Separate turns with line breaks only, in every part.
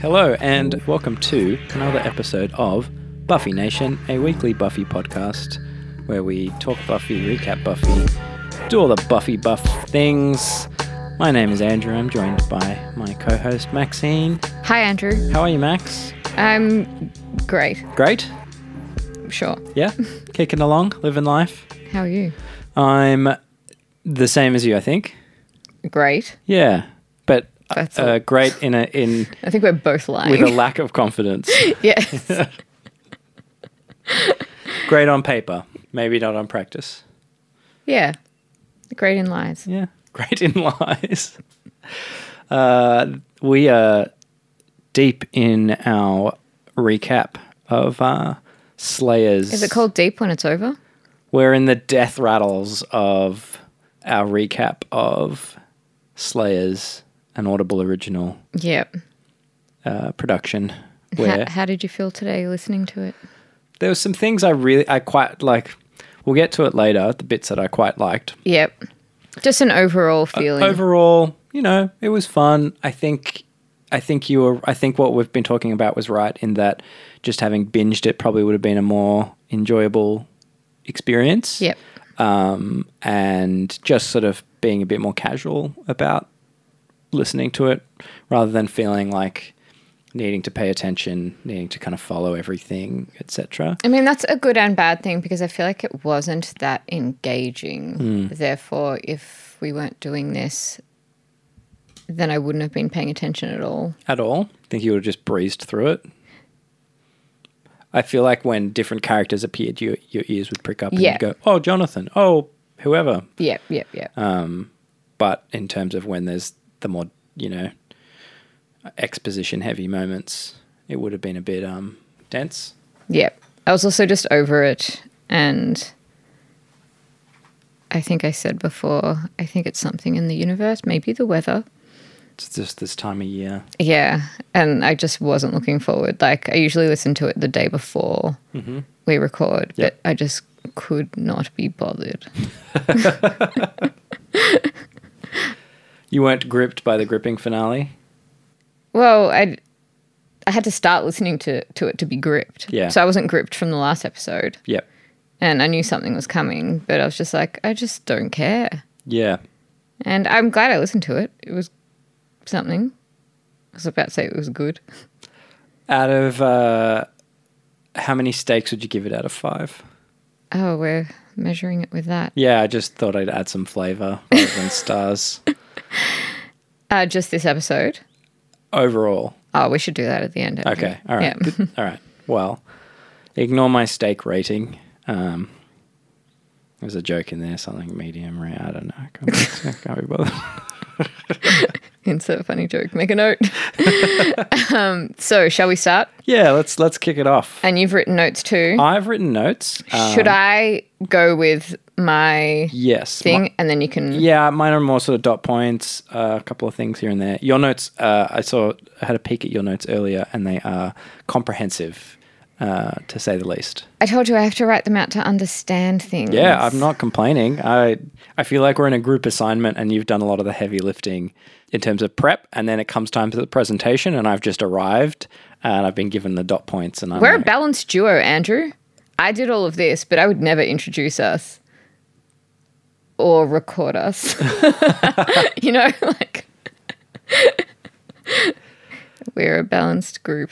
Hello, and welcome to another episode of Buffy Nation, a weekly Buffy podcast where we talk Buffy, recap Buffy, do all the Buffy buff things. My name is Andrew. I'm joined by my co host, Maxine.
Hi, Andrew.
How are you, Max?
I'm great.
Great?
Sure.
Yeah? Kicking along, living life.
How are you?
I'm the same as you, I think.
Great.
Yeah. But
That's
uh, great in a in
I think we're both
with
lying.
a lack of confidence.
yes.
Great on paper, maybe not on practice.
yeah. Great in lies.
Yeah, great in lies. Uh, we are deep in our recap of uh, Slayers.
Is it called deep when it's over?
We're in the death rattles of our recap of Slayers, an Audible original
Yep.
uh, production. Where
How, how did you feel today listening to it?
there were some things I really, I quite like. We'll get to it later. The bits that I quite liked,
Yep. Just an overall
Uh,
feeling.
overall, you know, it was fun. I think I think you were I think what we've been talking about was right in that just having binged it probably would have been a more enjoyable experience.
yep.
Um and just sort of being a bit more casual about listening to it rather than feeling like needing to pay attention, needing to kind of follow everything, etc.
I mean, that's a good and bad thing because I feel like it wasn't that engaging.
Hmm.
Therefore, if we weren't doing this, then I wouldn't have been paying attention at all.
at all. I think you would have just breezed through it. I feel like when different characters appeared, your your ears would prick up and
Yeah.
you'd go, "Oh, Jonathan! Oh, whoever."
Yep, yep, yep.
But in terms of when there's the more you know exposition heavy moments, it would have been a bit um dense.
Yep. I was also just over it. And I think I said before, I think it's something in the universe, maybe the weather.
It's just this time of year.
Yeah. And I just wasn't looking forward. Like, I usually listen to it the day before we record,
Mm-hmm. Yep.
but I just could not be bothered.
You weren't gripped by the gripping finale.
Well, I. I had to start listening to, to it to be gripped.
Yeah.
So I wasn't gripped from the last episode.
Yep.
And I knew something was coming, but I was just like, I just don't care.
Yeah.
And I'm glad I listened to it. It was something. I was about to say it was good.
Out of uh, how many stakes would you give it out of five?
Oh, we're measuring it with that.
Yeah, I just thought I'd add some flavor rather than stars.
Uh, just this episode.
overall.
Oh, we should do that at the end. I think.
Okay. All right.
Yeah.
Good. All right. Well, ignore my stake rating. Um, there's a joke in there, something medium rare. I don't know. I can't, I can't be bothered.
Insert funny joke. Make a note. um, so, shall we start?
Yeah, let's let's kick it off.
And you've written notes too.
I've written notes. Uh,
should I go with my
yes.
thing,
Mi-
and then you can?
yeah, mine are more sort of dot points, uh, a couple of things here and there. Your notes, uh, I saw, I had a peek at your notes earlier, and they are comprehensive, uh, to say the least.
I told you I have to write them out to understand things.
Yeah, I'm not complaining. I I feel like we're in a group assignment and you've done a lot of the heavy lifting in terms of prep and then it comes time to the presentation and I've just arrived and I've been given the dot points and I'm
We're a
like,
balanced duo, Andrew. I did all of this, but I would never introduce us or record us. you know, like we're a balanced group.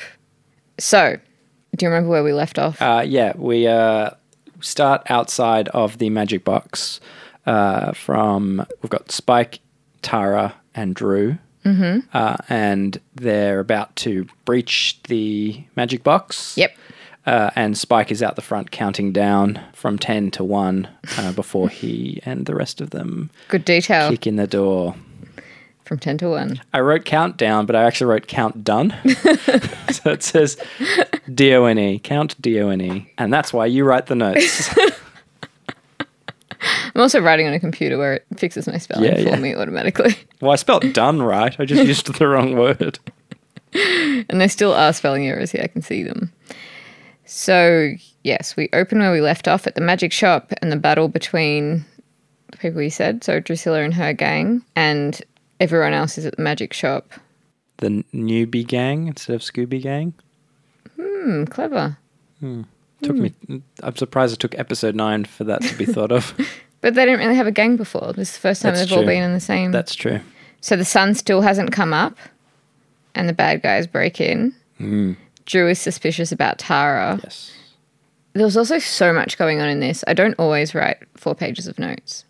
So, do you remember where we left off?
uh, yeah, we uh, start outside of the magic box uh, from we've got Spike, Tara and Drew. Mm-hmm. Uh, and they're about to breach the magic box.
yep.
Uh, and Spike is out the front counting down from 10 to 1 uh, before he and the rest of them
Good detail
kick in the door.
from 10 to 1.
I wrote countdown, but I actually wrote count done. so it says D O N E, count D O N E. And that's why you write the notes.
I'm also writing on a computer where it fixes my spelling
Yeah,
for
yeah.
me automatically.
well, I spelt done right. I just used the wrong word.
And there still are spelling errors here. I can see them. So, yes, we open where we left off at the magic shop and the battle between the people you said, so Drusilla and her gang, and everyone else is at the magic shop.
the n- newbie gang instead of Scooby Gang.
Hmm, clever.
Took me. I'm surprised it took episode nine for that to be thought of.
But they didn't really have a gang before. This is the first time
That's
they've all
true.
been in the same.
That's true.
So the sun still hasn't come up, and the bad guys break in.
Hmm.
Drew is suspicious about Tara.
Yes.
There was also so much going on in this. I don't always write four pages of notes,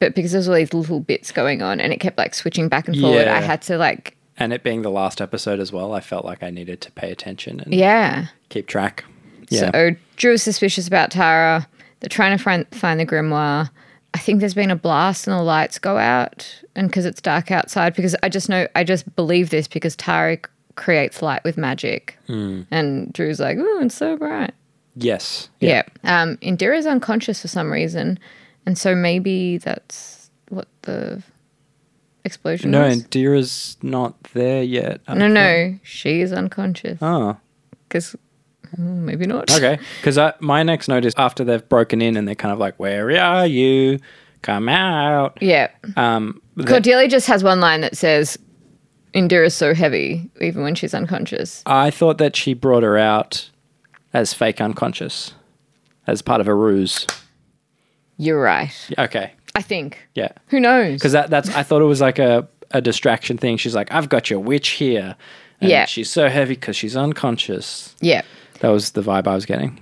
but because there's all these little bits going on, and it kept like switching back and forward,
Yeah.
I had to like,
And it being the last episode as well, I felt like I needed to pay attention and
yeah.
keep track. Yeah.
So Drew is suspicious about Tara. They're trying to find find the grimoire. I think there's been a blast and the lights go out, and because it's dark outside. Because I just know, I just believe this because Tara c- creates light with magic,
Hmm.
and Drew's like, "Oh, it's so bright."
yes.
Yeah. Um, Indira's unconscious for some reason, and so maybe that's what the explosion.
No,
was.
and Dira's not there yet. I
no,
thought-
no, she is unconscious
Oh.
because maybe not.
Okay, because my next note is after they've broken in and they're kind of like, "Where are you? Come out!"
Yeah.
Um, they-
Cordelia just has one line that says, Indira's so heavy, even when she's unconscious.
I thought that she brought her out as fake unconscious, as part of a ruse.
You're right.
Okay,
I think.
yeah,
Who knows?
because that, that's I thought it was like a a distraction thing. She's like, "I've got your witch here." And
Yeah.
she's so heavy because she's unconscious.
Yeah.
That was the vibe I was getting.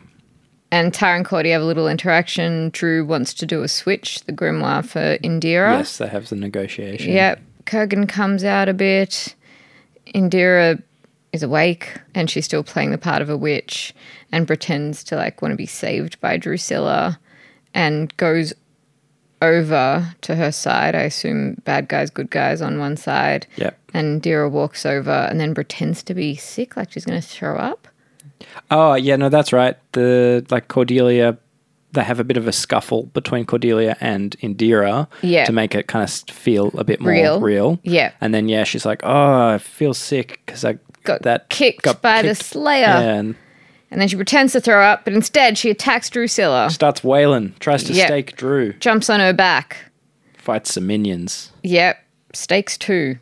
And Tara and Cordy have a little interaction. Drew wants to do a switch, the grimoire for Indira.
Yes, they have the negotiation.
Yep. Kurgan comes out a bit. Indira is awake and she's still playing the part of a witch and pretends to like want to be saved by Drusilla and goes over to her side. I assume bad guys, good guys on one side.
Yep.
And Indira walks over and then pretends to be sick, like she's going to throw up.
Oh yeah, no, that's right. The like Cordelia, they have a bit of a scuffle between Cordelia and Indira
Yeah.
to make it kind of feel a bit more
Real.
real.
Yeah.
And then yeah, she's like, "Oh, I feel sick because I
Got
that
kicked by the Slayer.
and
And then she pretends to throw up, but instead she attacks Drusilla,
starts wailing, tries to
Yeah.
stake Drew,
jumps on her back.
fights some minions.
Yep. Stakes two.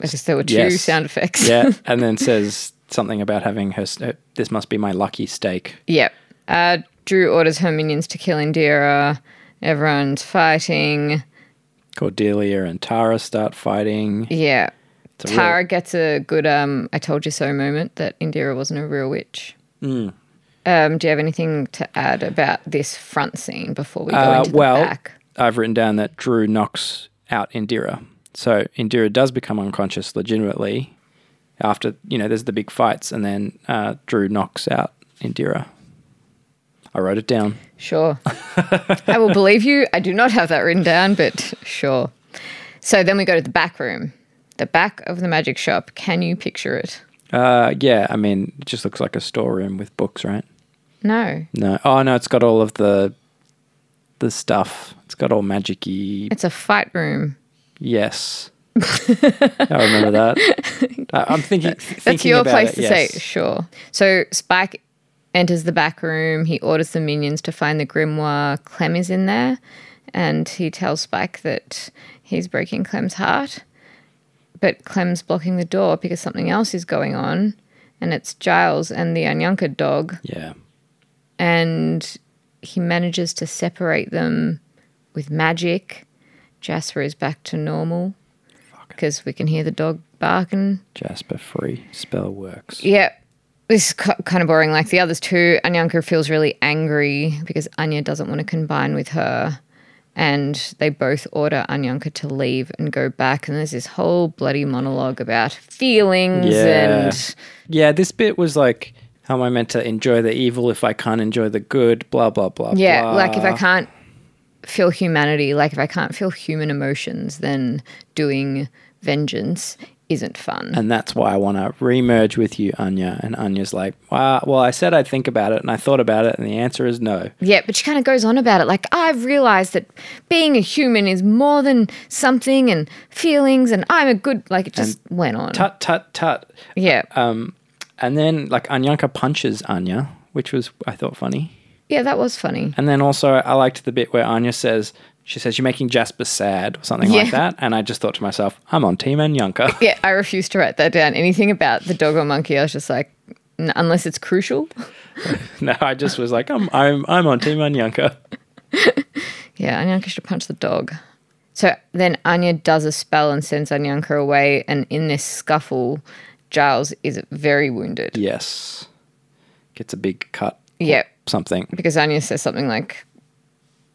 I guess there were two
Yes.
sound effects.
Yeah, and then says something about having her. St- this must be my lucky stake.
Yep. Uh, Drew orders her minions to kill Indira. Everyone's fighting.
Cordelia and Tara start fighting.
Yeah.
It's a real-
Tara gets a good um, I told you so moment that Indira wasn't a real witch.
Hmm.
Um, do you have anything to add about this front scene before we go
Uh,
into the
well,
back?
I've written down that Drew knocks out Indira. So Indira does become unconscious legitimately after, you know, there's the big fights and then uh, Drew knocks out Indira. I wrote it down.
Sure. I will believe you. I do not have that written down, but sure. So then we go to the back room. The back of the magic shop. Can you picture it?
Uh, yeah, I mean, it just looks like a storeroom with books, right?
No.
No. Oh, no, it's got all of the the stuff. It's got all magic y.
It's a fight room.
Yes. I remember that. I, I'm thinking.
That's
thinking
your
about
place
it,
to
yes.
say, sure. So Spike enters the back room. He orders the minions to find the grimoire. Clem is in there, and he tells Spike that he's breaking Clem's heart. But Clem's blocking the door because something else is going on, and it's Giles and the Anyanka dog.
Yeah.
And he manages to separate them with magic. Jasper is back to normal because we can hear the dog barking.
Jasper free spell works.
Yeah. This is ki- kind of boring, like the others too. Anyanka feels really angry because Anya doesn't want to combine with her. And they both order Anyanka to leave and go back. And there's this whole bloody monologue about feelings
Yeah.
and.
Yeah, this bit was like, how am I meant to enjoy the evil if I can't enjoy the good? Blah blah blah.
Yeah,
blah.
like if I can't feel humanity, like if I can't feel human emotions, then doing vengeance isn't fun.
And that's why I want to remerge with you, Anya. And Anya's like, wow, well, I said I'd think about it, and I thought about it, and the answer is no.
Yeah, but she kind of goes on about it. Like, I've realized that being a human is more than something and feelings, and I'm a good, like, it just went on.
Tut tut tut.
yeah.
Um, and then like Anyanka punches Anya, which was I thought funny.
yeah, that was funny.
And then also I liked the bit where Anya says, she says you're making Jasper sad or something like
Yeah.
that, and I just thought to myself, I'm on Team Anyanka.
Yeah, I refuse to write that down. Anything about the dog or monkey, I was just like, "N- unless it's crucial.
no, I just was like, I'm I'm I'm on Team Anyanka.
Yeah, Anyanka should punch the dog. So then Anya does a spell and sends Anyanka away, and in this scuffle, Giles is very wounded.
Yes, gets a big cut. or
Yeah.
something.
because Anya says something like,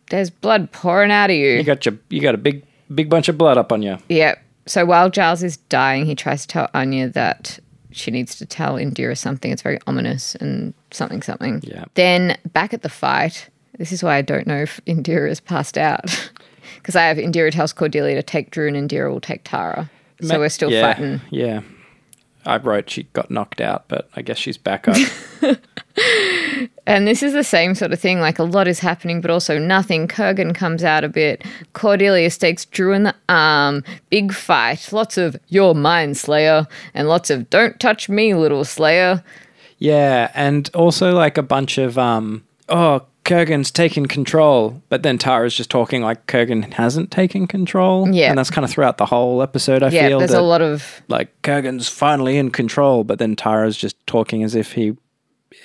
"There's blood pouring out of
You
you."
got your you got a big big bunch of blood up on you.
Yeah. So while Giles is dying, he tries to tell Anya that she needs to tell Indira something. It's very ominous and something something.
Yeah.
Then back at the fight, this is why I don't know if Indira has passed out. Because I have Indira tells Cordelia to take Drew and Indira will take Tara. So
Ma-
we're still
yeah,
fighting.
Yeah, I wrote she got knocked out, but I guess she's back up.
And this is the same sort of thing. Like a lot is happening, but also nothing. Kurgan comes out a bit. Cordelia stakes Drew in the arm. Big fight. Lots of "You're mine, Slayer," and lots of "Don't touch me, little Slayer."
yeah, and also like a bunch of um oh Kurgan's taken control, but then Tara's just talking like Kurgan hasn't taken control.
Yeah.
and that's kind of throughout the whole episode. I
Yeah,
feel
there's
that,
a lot of
like Kurgan's finally in control, but then Tara's just talking as if he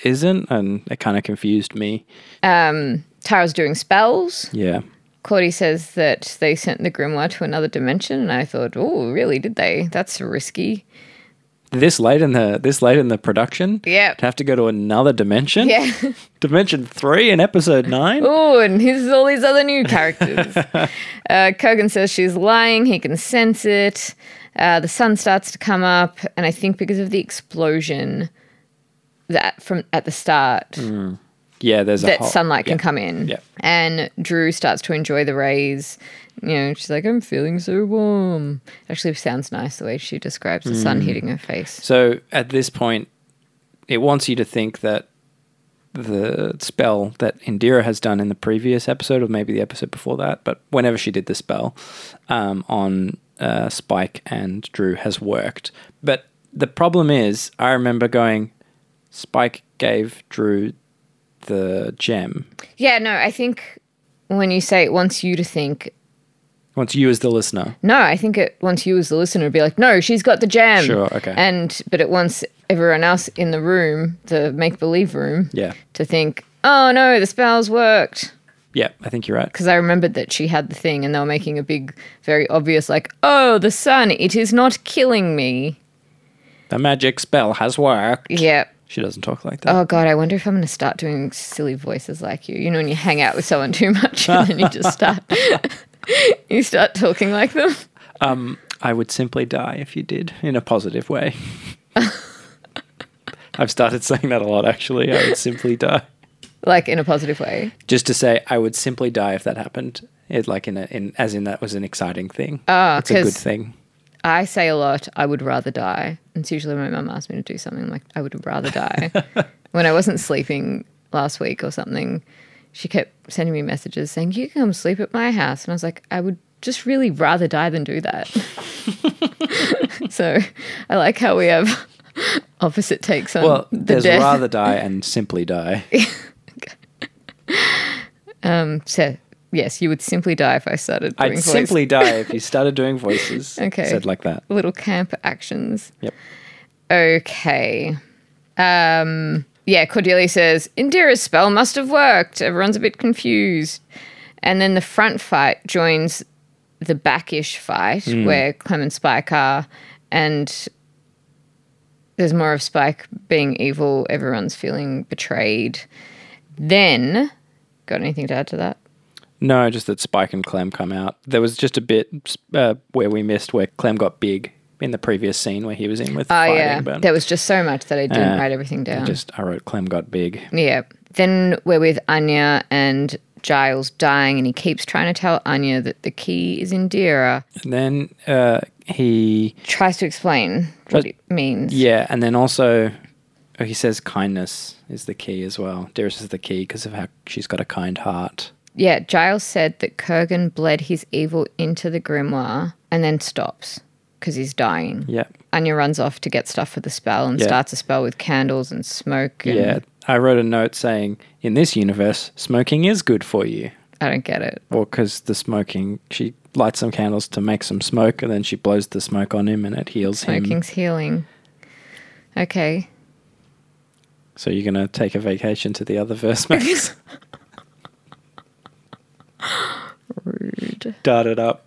isn't, and it kind of confused me.
um, Tara's doing spells.
Yeah.
Cordy says that they sent the Grimoire to another dimension, and I thought, "Oh, really? Did they? That's risky."
This late in the this late in the production,
Yep.
to have to go to another dimension.
Yeah.
Dimension three in episode nine.
Oh, and here's all these other new characters. uh, Kogan says she's lying. He can sense it. Uh, the sun starts to come up, and I think because of the explosion that from at the start,
Yeah, there's a
that
Mm. whole,
sunlight
yeah.
can come in.
Yep.
And Drew starts to enjoy the rays. You know, she's like, "I'm feeling so warm." Actually, it sounds nice the way she describes the
Mm.
sun hitting her face.
So at this point, it wants you to think that the spell that Indira has done in the previous episode, or maybe the episode before that, but whenever she did the spell um, on uh, Spike and Drew has worked. But the problem is, I remember going, Spike gave Drew the gem.
Yeah, no, I think when you say it wants you to think
Once you, as the listener,
No, I think it wants you as the listener to be like, no, she's got the jam.
Sure, okay.
And but it wants everyone else in the room, the make believe room,
yeah,
to think, oh no, the spells worked.
yeah, I think you're right.
Because I remembered that she had the thing, and they were making a big, very obvious like, oh, the sun, it is not killing me.
The magic spell has worked.
Yeah.
She doesn't talk like that.
Oh god, I wonder if I'm going to start doing silly voices like you. You know, when you hang out with someone too much, and then you just start, you start talking like them.
Um, I would simply die if you did in a positive way. I've started saying that a lot, actually. I would simply die.
Like in a positive way.
Just to say, I would simply die if that happened. It, like in, a, in as in that was an exciting thing.
Ah,
it's a good
'cause-
thing.
I say a lot, I would rather die. And it's usually when my mum asks me to do something, I'm like, I would rather die. when I wasn't sleeping last week or something, she kept sending me messages saying, You can come sleep at my house. And I was like, I would just really rather die than do that. so I like how we have opposite takes on
Well,
the
there's
death.
rather die and simply die.
So, yes, you would simply die if I started doing
I'd
voice-
simply die if you started doing voices.
Okay.
said like that.
little camp actions.
Yep.
Okay. Um, yeah, Cordelia says, Indira's spell must have worked. Everyone's a bit confused. And then the front fight joins the backish fight
Hmm.
where Clem and Spike are. And there's more of Spike being evil. Everyone's feeling betrayed. Then, got anything to add to that?
No, just that Spike and Clem come out. There was just a bit uh, where we missed where Clem got big in the previous scene where he was in with
Oh,
fighting.
yeah.
but
There was just so much that I didn't
Uh,
write everything down.
just I wrote Clem got big.
Yeah. Then we're with Anya and Giles dying, and he keeps trying to tell Anya that the key is Indira.
And then uh, he,
Tries to explain what it means.
yeah, and then also oh, he says kindness is the key as well. Dearest is the key because of how she's got a kind heart.
Yeah, Giles said that Kurgan bled his evil into the grimoire and then stops because he's dying.
Yeah,
Anya runs off to get stuff for the spell and
Yeah.
starts a spell with candles and smoke. And,
yeah. I wrote a note saying, in this universe, smoking is good for you.
I don't get it.
or because the smoking, she lights some candles to make some smoke, and then she blows the smoke on him, and it heals him.
Smoking's healing. Okay.
So you're gonna take a vacation to the other verse, Max.
Rude.
Dart it up.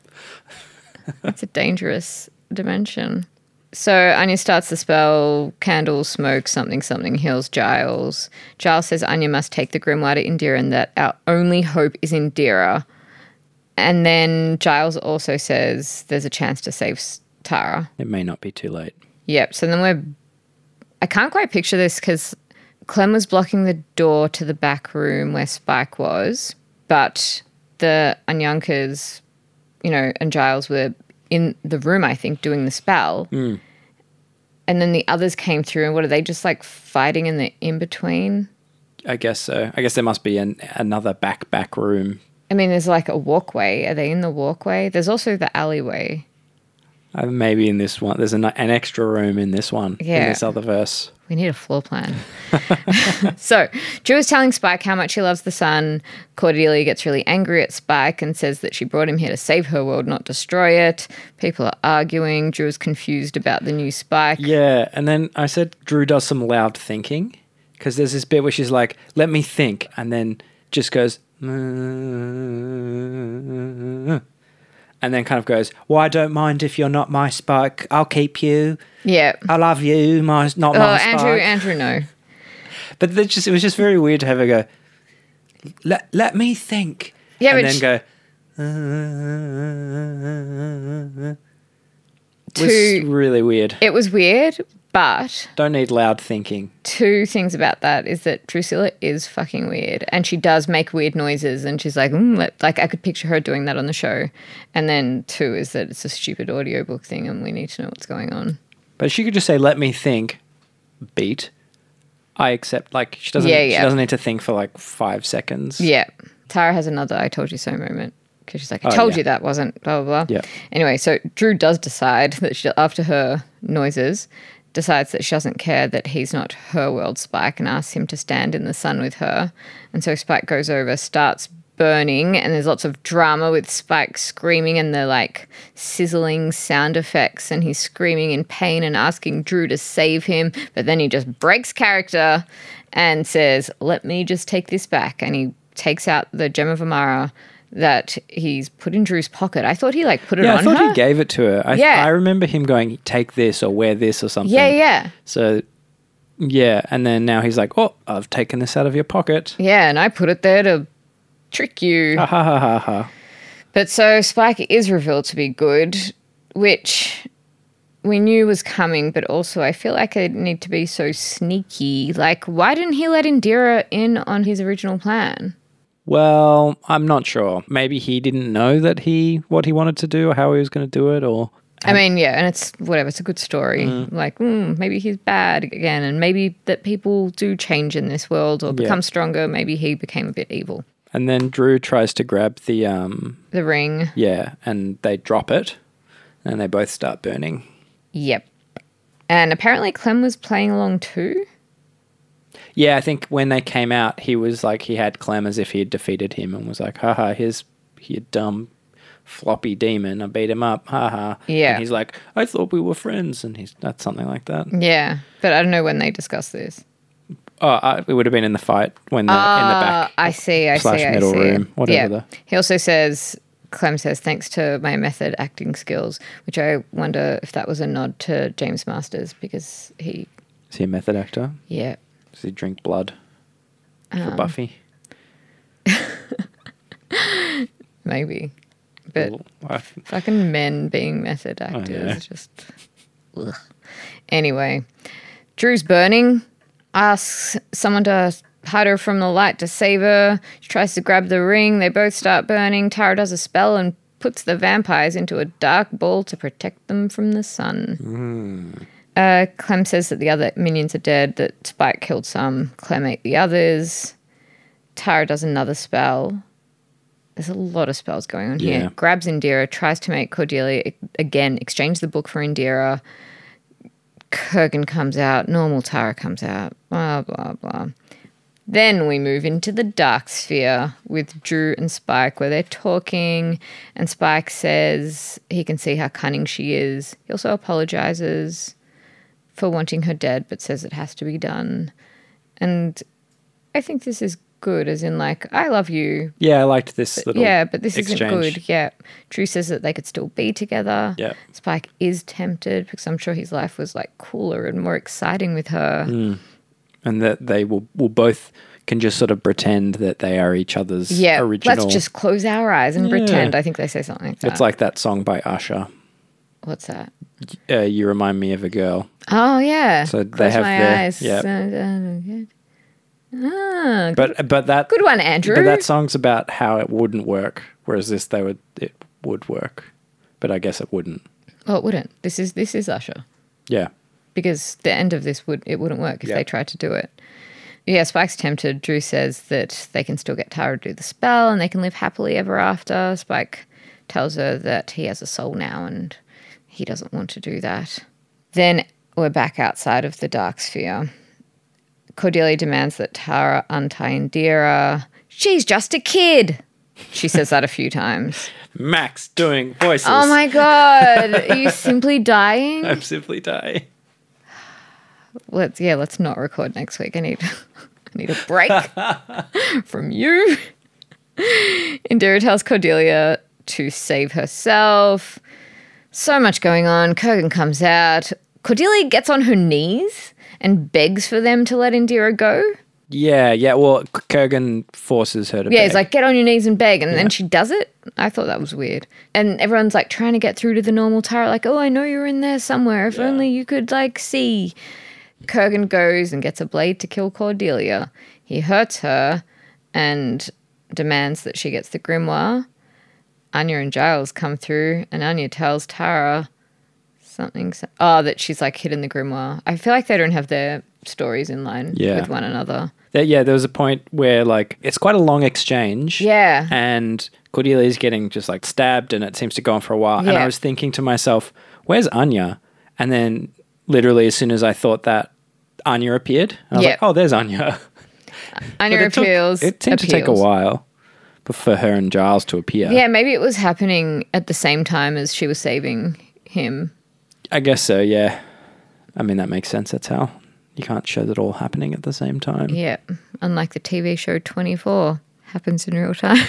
It's a dangerous dimension. So Anya starts the spell, candles, smoke, something, something heals Giles. Giles says Anya must take the grimoire to Indira and that our only hope is Indira. And then Giles also says there's a chance to save S- Tara.
It may not be too late.
Yep. So then we're. I can't quite picture this because Clem was blocking the door to the back room where Spike was, but the Anyankas, you know, and Giles were in the room, I think, doing the spell. And then the others came through, and what are they just like fighting in the in between?
I guess so. I guess there must be an, another back back room.
I mean, there's like a walkway. Are they in the walkway? There's also the alleyway.
Uh, maybe in this one, there's an, an extra room in this one. In
Yeah.
this other verse.
We need a floor plan. so, Drew is telling Spike how much he loves the sun. Cordelia gets really angry at Spike and says that she brought him here to save her world, not destroy it. People are arguing. Drew is confused about the new Spike.
Yeah, and then I said Drew does some loud thinking because there's this bit where she's like, "Let me think," and then just goes, "Mmm," and then kind of goes, "Well, I don't mind if you're not my spike. I'll keep you.
Yeah.
I love you. My not
Oh,
my
Andrew,
Uh, spike."
Andrew, no.
But that's just it was just very weird to have her go. Let let me think.
Yeah,
and
but
then
she-
go. "Uh," was
Too-
really weird.
It was weird, but
Don't need loud thinking.
two things about that is that Drusilla is fucking weird and she does make weird noises and she's like, mm, let- like I could picture her doing that on the show. And then two is that it's a stupid audiobook thing and we need to know what's going on.
But she could just say, "Let me think." Beat. I accept. Like she doesn't.
Yeah, yeah.
She doesn't need to think for like five seconds.
Yeah. Tara has another I told you so moment because she's like, I
Oh,
told
yeah.
you that wasn't blah, blah, blah.
Yeah.
Anyway, so Drew does decide that she, after her noises, decides that she doesn't care that he's not her world Spike and asks him to stand in the sun with her. And so Spike goes over, starts burning, and there's lots of drama with Spike screaming and the like sizzling sound effects. And he's screaming in pain and asking Drew to save him. But then he just breaks character and says, Let me just take this back. And he takes out the Gem of Amara. That he's put in Drew's pocket. I thought he like put it
Yeah,
on
I thought
her.
he gave it to her. I,
Yeah.
I remember him going, "Take this or wear this or something."
Yeah, yeah.
So, yeah, and then now he's like, "Oh, I've taken this out of your pocket."
Yeah, and I put it there to trick you.
Ha ha ha ha ha.
But so Spike is revealed to be good, which we knew was coming, but also I feel like I need to be so sneaky. Like, why didn't he let Indira in on his original plan?
Well, I'm not sure. Maybe he didn't know that he what he wanted to do or how he was going to do it, or
I mean, yeah, and it's whatever, it's a good story.
Mm-hmm.
Like, mm, maybe he's bad again, and maybe that people do change in this world or become stronger. Maybe he became a bit evil.
and then Drew tries to grab the um
The ring.
yeah, and they drop it, and they both start burning.
Yep. And apparently Clem was playing along too.
Yeah, I think when they came out, he was like he had Clem as if he had defeated him and was like, haha, here's your dumb floppy demon. I beat him up, haha.
Yeah.
And he's like, I thought we were friends, and he's that's something like that.
Yeah, but I don't know when they discuss this.
Oh, I, it would have been in the fight when the in the
Ah,
back.
I see, I
Uh, slash
see,
middle
I see.
room, whatever the-
He also says, Clem says, thanks to my method acting skills, which I wonder if that was a nod to James Masters because he,
Is he a method actor?
yeah.
Does he drink blood
um,
for Buffy?
Maybe. But
Well, I-
fucking men being method actors
yeah.
is just. ugh. Anyway, Drew's burning, asks someone to hide her from the light to save her. She tries to grab the ring. They both start burning. Tara does a spell and puts the vampires into a dark ball to protect them from the sun. Uh, Clem says that the other minions are dead, that Spike killed some, Clem ate the others. Tara does another spell. There's a lot of spells going on
Yeah.
here. Grabs Indira, tries to make Cordelia e- again exchange the book for Indira. Kurgan comes out, normal Tara comes out, blah, blah, blah. Then we move into the dark sphere with Drew and Spike, where they're talking, and Spike says he can see how cunning she is. He also apologizes for wanting her dead, but says it has to be done. And I think this is good, as in, like, I love you.
Yeah, I liked this little
yeah, but this isn't
exchange.
good. Yeah. Drew says that they could still be together.
Yeah.
Spike is tempted because I'm sure his life was like cooler and more exciting with her.
Mm, And that they will, will both can just sort of pretend that they are each other's
Yeah.
original.
Let's just uh, close our eyes and
Yeah.
pretend. I think they say something like that.
It's like that song by Usher,
what's that?
uh, You Remind Me of a Girl.
Oh yeah.
So they
Close
have
my
their-
eyes. uh,
yeah.
Ah,
But but that
good one, Andrew.
but that song's about how it wouldn't work, whereas this they would it would work, but I guess it wouldn't.
well, it wouldn't. This is this is Usher.
Yeah,
because the end of this would it wouldn't work if
Yeah.
they tried to do it. Yeah, Spike's tempted. Drew says that they can still get Tara to do the spell and they can live happily ever after. Spike tells her that he has a soul now and he doesn't want to do that. Then we're back outside of the dark sphere. Cordelia demands that Tara untie Indira. She's just a kid. She says that a few times.
Max doing voices.
Oh my god, are you simply dying?
I'm simply dying.
let's yeah, let's not record next week. I need I need a break from you. Indira tells Cordelia to save herself. So much going on. Kurgan comes out. Cordelia gets on her knees and begs for them to let Indira go.
Yeah, yeah. Well, K- Kurgan forces her to.
Yeah,
beg.
he's like, get on your knees and beg. And then she does it. I thought that was weird. And everyone's like trying to get through to the normal Tara, like, oh, I know you're in there somewhere. If
Yeah.
only you could, like, see. Kurgan goes and gets a blade to kill Cordelia. He hurts her and demands that she gets the grimoire. Anya and Giles come through, and Anya tells Tara something. so- Oh, that she's like hidden the grimoire. I feel like they don't have their stories in line
Yeah.
with one another.
There- yeah, there was a point where like it's quite a long exchange.
Yeah.
And Cordelia's getting just like stabbed and it seems to go on for a while. And I
Yeah.
was thinking to myself, where's Anya? And then literally as soon as I thought that Anya appeared, and I was
Yeah.
like, Oh, there's Anya.
Anya
But it took-
appeals.
it seemed to take a
appeals.
while bef- for her and Giles to appear.
Yeah, maybe it was happening at the same time as she was saving him.
I guess so, yeah. I mean that makes sense, that's how you can't show that all happening at the same time.
Yeah, unlike the TV show 24, happens in real time.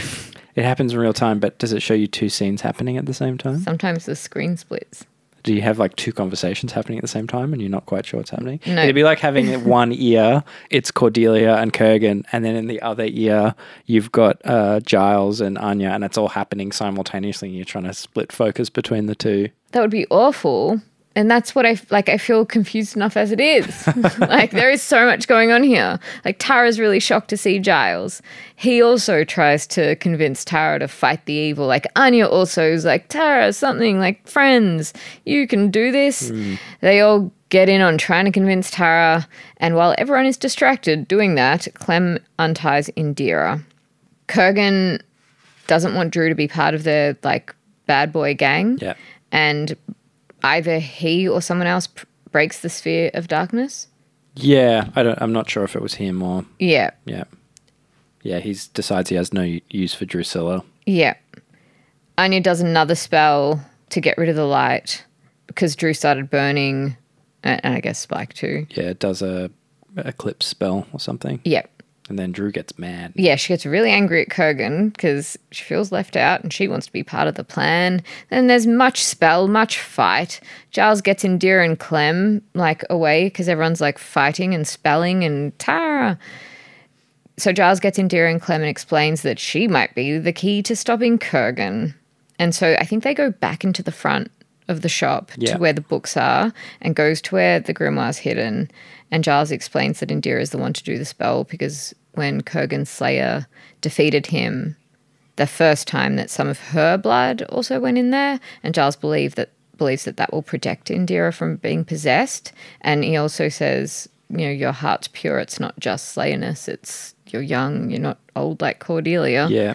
It happens in real time, but does it show you two scenes happening at the same time?
Sometimes the screen splits.
Do you have like two conversations happening at the same time and you're not quite sure what's happening?
No.
It'd be like having in one ear, it's Cordelia and Kurgan, and then in the other ear, you've got uh, Giles and Anya, and it's all happening simultaneously, and you're trying to split focus between the two.
That would be awful. And that's what I f- like. I feel confused enough as it is. like there is so much going on here. Like Tara's really shocked to see Giles. He also tries to convince Tara to fight the evil. Like Anya also is like Tara something like friends. You can do this. They all get in on trying to convince Tara. And while everyone is distracted doing that, Clem unties Indira. Kurgan doesn't want Drew to be part of the like bad boy gang
Yeah.
and either he or someone else pr- breaks the sphere of darkness.
Yeah, I don't, I'm not sure if it was him or.
Yeah,
Yeah. Yeah, he decides he has no u- use for Drusilla.
yeah. Anya does another spell to get rid of the light because Drew started burning, and, and I guess Spike too.
Yeah, does a eclipse spell or something.
Yeah,
And then Drew gets mad.
yeah. She gets really angry at Kurgan because she feels left out and she wants to be part of the plan. Then there's much spell, much fight. Giles gets Indira and Clem like away because everyone's like fighting and spelling and Tara. So Giles gets Indira and Clem and explains that she might be the key to stopping Kurgan. And so I think they go back into the front of the shop
Yeah.
to where the books are and goes to where the grimoire's hidden. And Giles explains that Indira is the one to do the spell because when Kurgan's Slayer defeated him the first time that some of her blood also went in there, and Giles believed that believes that that will protect Indira from being possessed, and he also says, you know, your heart's pure. It's not just slayness. It's you're young. You're not old like Cordelia.
Yeah.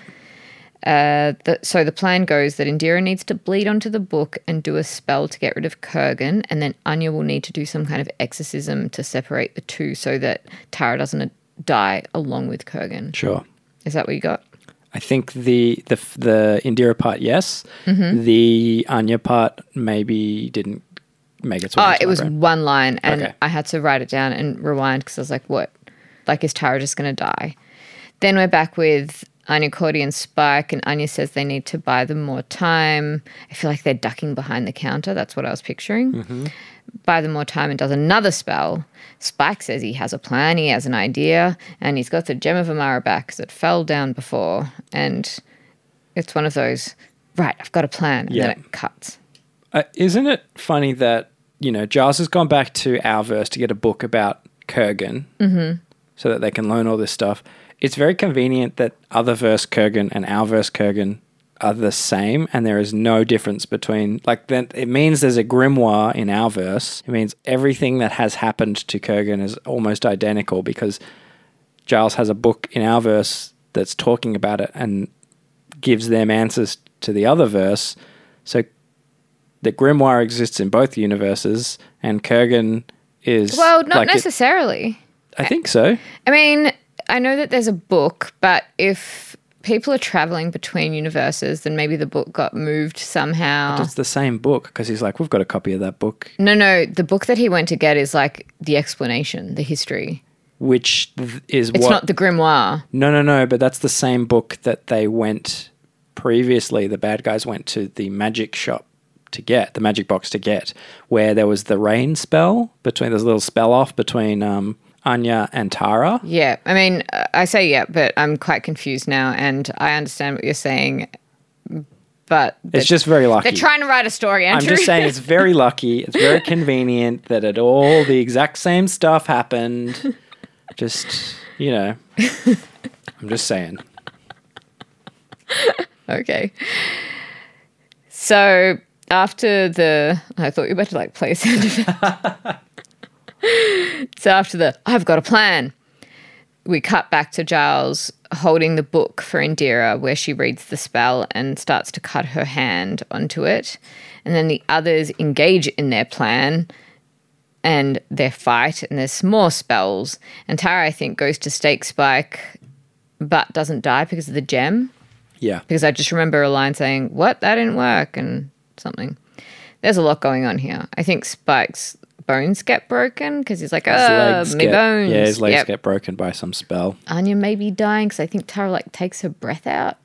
Uh, the, so the plan goes that Indira needs to bleed onto the book and do a spell to get rid of Kurgan, and then Anya will need to do some kind of exorcism to separate the two so that Tara doesn't die along with Kurgan.
Sure.
Is that what you got?
I think the the f- the Indira part, yes.
Mm-hmm.
The Anya part maybe didn't make its way.
Oh,
into
it
my
was
brain.
one line, and
Okay.
I had to write it down and rewind because I was like, "What? Like, is Tara just going to die?" Then we're back with Anya, Cordy, and Spike, and Anya says they need to buy them more time. I feel like they're ducking behind the counter. That's what I was picturing.
Mm-hmm.
Buy them more time and does another spell. Spike says he has a plan, he has an idea, and he's got the gem of Amara back because it fell down before, and it's one of those. Right, I've got a plan, and
Yeah.
then it cuts.
Uh, isn't it funny that you know Giles has gone back to our verse to get a book about Kurgan, so that they can learn all this stuff. It's very convenient that other verse Kurgan and our verse Kurgan are the same, and there is no difference between like then it means there's a grimoire in our verse. It means everything that has happened to Kurgan is almost identical because Giles has a book in our verse that's talking about it and gives them answers to the other verse. So the grimoire exists in both universes, and Kurgan is
Well, not
like it-
necessarily.
I think so.
I mean, I know that there's a book, but if people are traveling between universes, then maybe the book got moved somehow.
It's the same book because he's like, we've got a copy of that book,
No, no, the book that he went to get is like the explanation, the history.
which th- is
It's
what.
not the grimoire.
no, no, no. But that's the same book that they went previously. The bad guys went to the magic shop to get the magic box to get, where there was the rain spell between. There's a little spell off between um, Anya and Tara.
Yeah, I mean, uh, I say yeah, but I'm quite confused now, and I understand what you're saying, but
It's just very lucky.
they're trying to write a story,
I'm
Andrew.
just saying it's very lucky. It's very convenient that it all the exact same stuff happened. Just you know, I'm just saying.
Okay. So after the, I thought you were about to like play a sound effect. so after the, I've got a plan. We cut back to Giles holding the book for Indira, where she reads the spell and starts to cut her hand onto it. And then the others engage in their plan and their fight, and there's more spells. And Tara, I think, goes to Stake Spike but doesn't die because of the gem
Yeah.
because I just remember a line saying, What? That didn't work, and something. There's a lot going on here. I think Spike's bones get broken because he's like, Oh,
legs
my
get-
bones.
Yeah, his legs
Yep.
get broken by some spell.
Anya may be dying because I think Tara like takes her breath out.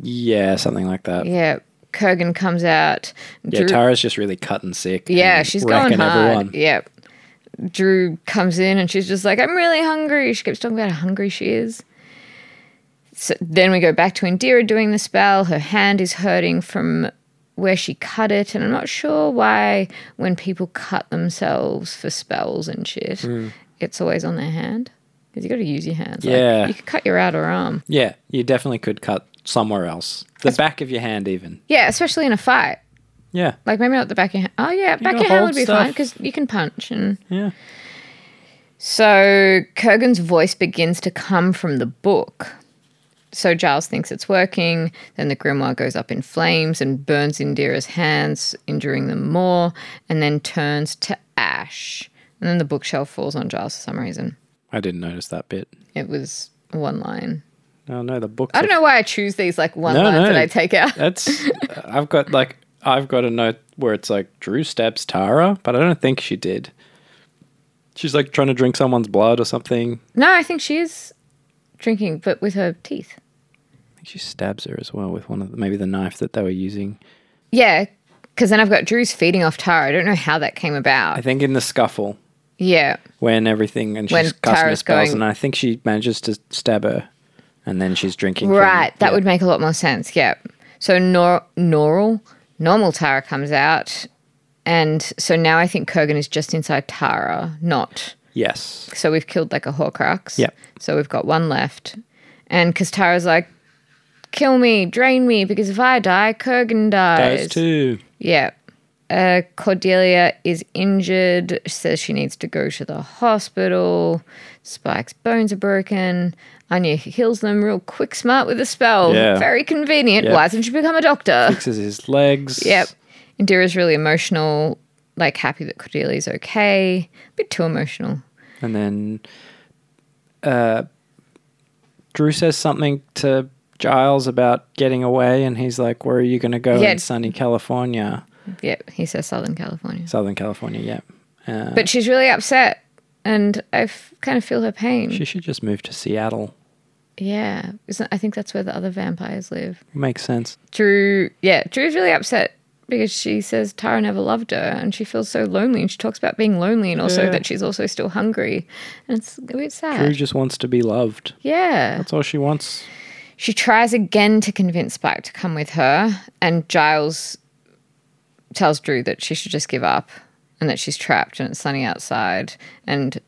Yeah, something like that. Yeah,
Yeah. Kurgan comes out. Drew-
Tara's just really cut and sick.
yeah,
and
she's going
wrecking
hard.
everyone.
Yep. Drew comes in and she's just like, I'm really hungry. She keeps talking about how hungry she is. So then we go back to Indira doing the spell. Her hand is hurting from where she cut it. And I'm not sure why, when people cut themselves for spells and shit,
Hmm.
it's always on their hand. Because you got to use your hands. Like,
Yeah.
you could cut your outer arm.
Yeah, you definitely could cut somewhere else. The back of your hand, even.
Yeah, especially in a fight.
Yeah,
Like maybe not the back of your hand. Oh, yeah,
can
back of your hand
hold
would be
stuff.
fine because you can punch and.
yeah.
So Kurgan's voice begins to come from the book. So Giles thinks it's working. Then the grimoire goes up in flames and burns Indira's hands, injuring them more, and then turns to ash. And then the bookshelf falls on Giles for some reason.
I didn't notice that bit.
It was one line.
Oh no, the book.
I don't know why I choose these like one
No,
lines
no.
that I take out.
That's. uh, I've got like I've got a note where it's like Drew stabs Tara, but I don't think she did. She's like trying to drink someone's blood or something.
No, I think she is drinking, but with her teeth.
I think she stabs her as well with one of the, maybe the knife that they were using.
Yeah, because then I've got Drew's feeding off Tara. I don't know how that came about.
I think in the scuffle.
yeah.
when everything and
When
she's casting her
Tara's
spells,
going-
and I think she manages to stab her, and then she's drinking. from-
Right, that
yeah.
would make a lot more sense. Yeah. So nor- normal, normal Tara comes out, and so now I think Kurgan is just inside Tara, not.
Yes,
So we've killed like a Horcrux.
Yep.
So we've got one left, and because Tara's like, kill me, drain me, because if I die, Kurgan dies.
those two.
Yeah. Uh, Cordelia is injured, says she needs to go to the hospital. Spike's bones are broken. Anya heals them real quick, smart with a spell.
Yeah.
Very convenient.
Yep.
Why doesn't she become a doctor?
Fixes his legs.
yep. Indira's really emotional, like happy that Cordelia's okay. A bit too emotional.
and then uh, Drew says something to Giles about getting away, and he's like, "Where are you going to go
Yeah.
in sunny California,
Yep, he says Southern California.
Southern California?" Yeah, uh,
But she's really upset, and I f- kind of feel her pain.
she should just move to Seattle.
yeah, isn't I think that's where the other vampires live.
Makes sense.
Drew, yeah, Drew's really upset because she says Tara never loved her, and she feels so lonely, and she talks about being lonely, and also
Yeah.
that she's also still hungry, and it's a bit sad.
Drew just wants to be loved.
yeah,
That's all she wants.
She tries again to convince Spike to come with her, and Giles tells Drew that she should just give up and that she's trapped and it's sunny outside. And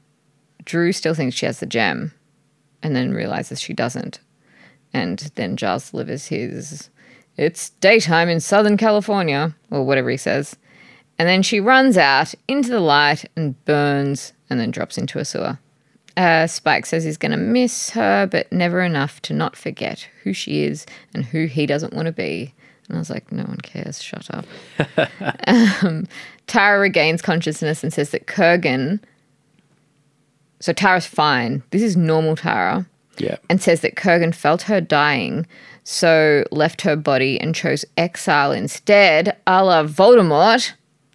Drew still thinks she has the gem and then realizes she doesn't. And then Giles delivers his, It's daytime in Southern California, or whatever he says. And then she runs out into the light and burns and then drops into a sewer. Uh, Spike says he's going to miss her, but never enough to not forget who she is and who he doesn't want to be. And I was like, no one cares, shut up. um, Tara regains consciousness and says that Kurgan. So Tara's fine. This is normal Tara.
Yeah.
And says that Kurgan felt her dying, so left her body and chose exile instead, a la Voldemort.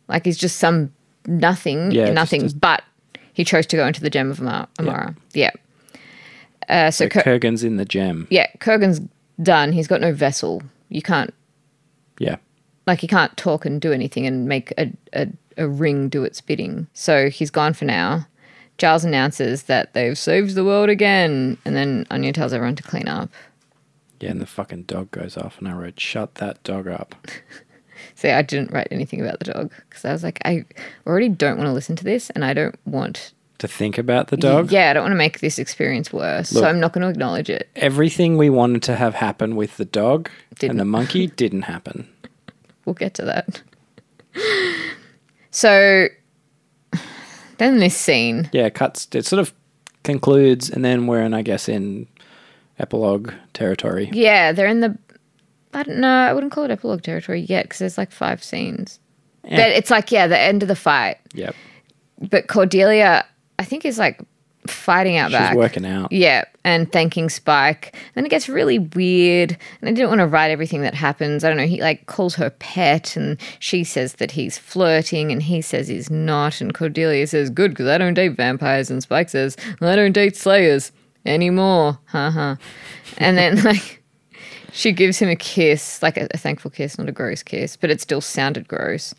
Like he's just some nothing,
Yeah,
nothing
just
but he chose to go into the Gem of Amar- Amara. Yeah. Uh, so, Kur-
Kurgan's in the gem.
yeah, Kurgan's done. He's got no vessel. You can't,
Yeah.
like, he can't talk and do anything and make a, a, a ring do its bidding. So he's gone for now. Giles announces that they've saved the world again, and then Anya tells everyone to clean up.
Yeah, and the fucking dog goes off, and I wrote, "Shut that dog up."
See, I didn't write anything about the dog because I was like, I already don't want to listen to this, and I don't want.
to think about the dog.
Yeah, I don't want to make this experience worse, so I'm not going to acknowledge it.
Everything we wanted to have happen with the dog
Didn't.
and the monkey didn't happen.
We'll get to that. so then this scene.
Yeah, it cuts. It sort of concludes, and then we're in, I guess, in epilogue territory.
Yeah, they're in the. I don't know. I wouldn't call it epilogue territory yet because there's like five scenes. But it's like, yeah, the end of the fight.
Yep,
But Cordelia, I think, is like fighting out back.
she's working out.
Yeah, and thanking Spike. Then it gets really weird, and I didn't want to write everything that happens. I don't know. He like calls her pet, and she says that he's flirting, and he says he's not. And Cordelia says, "Good, because I don't date vampires." And Spike says, "I don't date slayers anymore." Ha ha. And then like she gives him a kiss, like a, a thankful kiss, not a gross kiss, but it still sounded gross.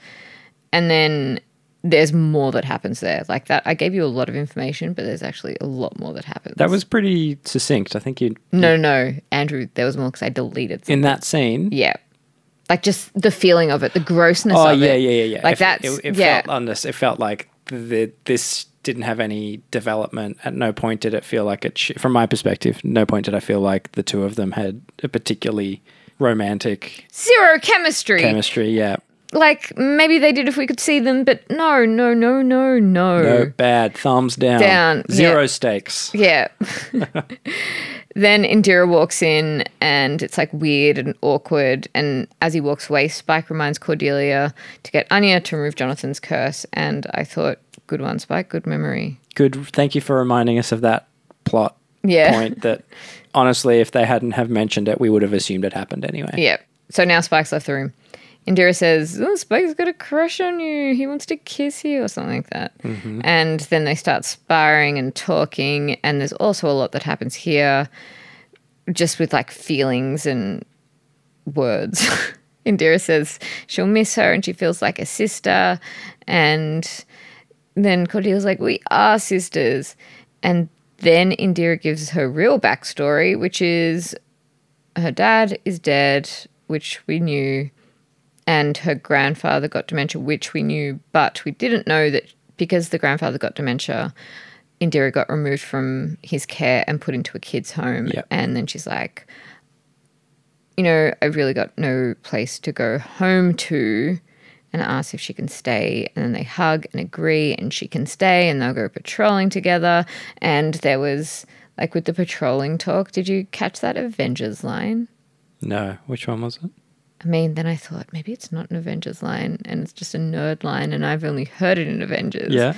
And then there's more that happens there. Like that, I gave you a lot of information, but there's actually a lot more that happens.
That was pretty succinct. I think you
No, no, Andrew, there was more because I deleted. Some.
in that scene.
Yeah. Like just the feeling of it, the grossness
Oh
of
yeah,
it.
yeah, yeah, yeah.
Like
It-
that's,
It, it
yeah.
felt under, It felt like the, this didn't have any development. At no point did it feel like it. Sh- from my perspective, no point did I feel like the two of them had a particularly romantic
Zero chemistry.
chemistry. Yeah.
like maybe they did if we could see them, but no, no, no, no, no.
No bad. Thumbs down.
Down,
Zero
yeah.
stakes.
Yeah. then Indira walks in and it's like weird and awkward. And as he walks away, Spike reminds Cordelia to get Anya to remove Jonathan's curse. And I thought, good one, Spike, good memory.
Good. Thank you for reminding us of that plot
Yeah.
point. That honestly, if they hadn't have mentioned it, we would have assumed it happened anyway.
Yeah. So now Spike's left the room. Indira says, oh, Spike's got a crush on you. He wants to kiss you or something like that. And then they start sparring and talking. And there's also a lot that happens here just with like feelings and words. Indira says she'll miss her and she feels like a sister. And then Cordelia's like, We are sisters. And then Indira gives her real backstory, which is her dad is dead, which we knew, and her grandfather got dementia, which we knew, but we didn't know that because the grandfather got dementia, Indira got removed from his care and put into a kid's home.
Yep.
And then she's like, you know, I've really got no place to go home to. And asks if she can stay. And then they hug and agree, and she can stay, and they'll go patrolling together. And there was, like, with the patrolling talk, did you catch that Avengers line?
No. Which one was it?
I mean, then I thought maybe it's not an Avengers line and it's just a nerd line, and I've only heard it in Avengers.
Yeah.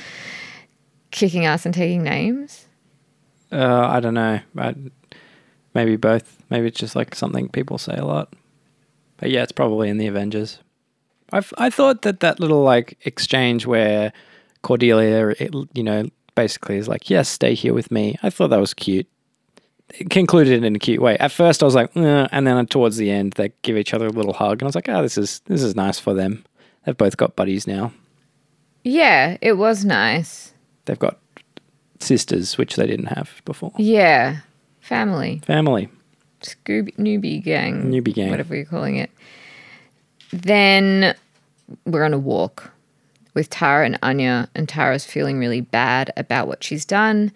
Kicking ass and taking names.
Uh, I don't know. I, maybe both. Maybe it's just like something people say a lot. But yeah, it's probably in the Avengers. I've, I thought that that little like exchange where Cordelia, it, you know, basically is like, "Yes, stay here with me." I thought that was cute. It concluded in a cute way. At first, I was like, "Eh," and then towards the end, they give each other a little hug, and I was like, "Oh, this is this is nice for them. They've both got buddies now.
Yeah, it was nice.
They've got sisters, which they didn't have before.
Yeah, family,
Family,
Scooby newbie gang,
Newbie gang.
whatever you're calling it. Then we're on a walk with Tara and Anya, and Tara's feeling really bad about what she's done.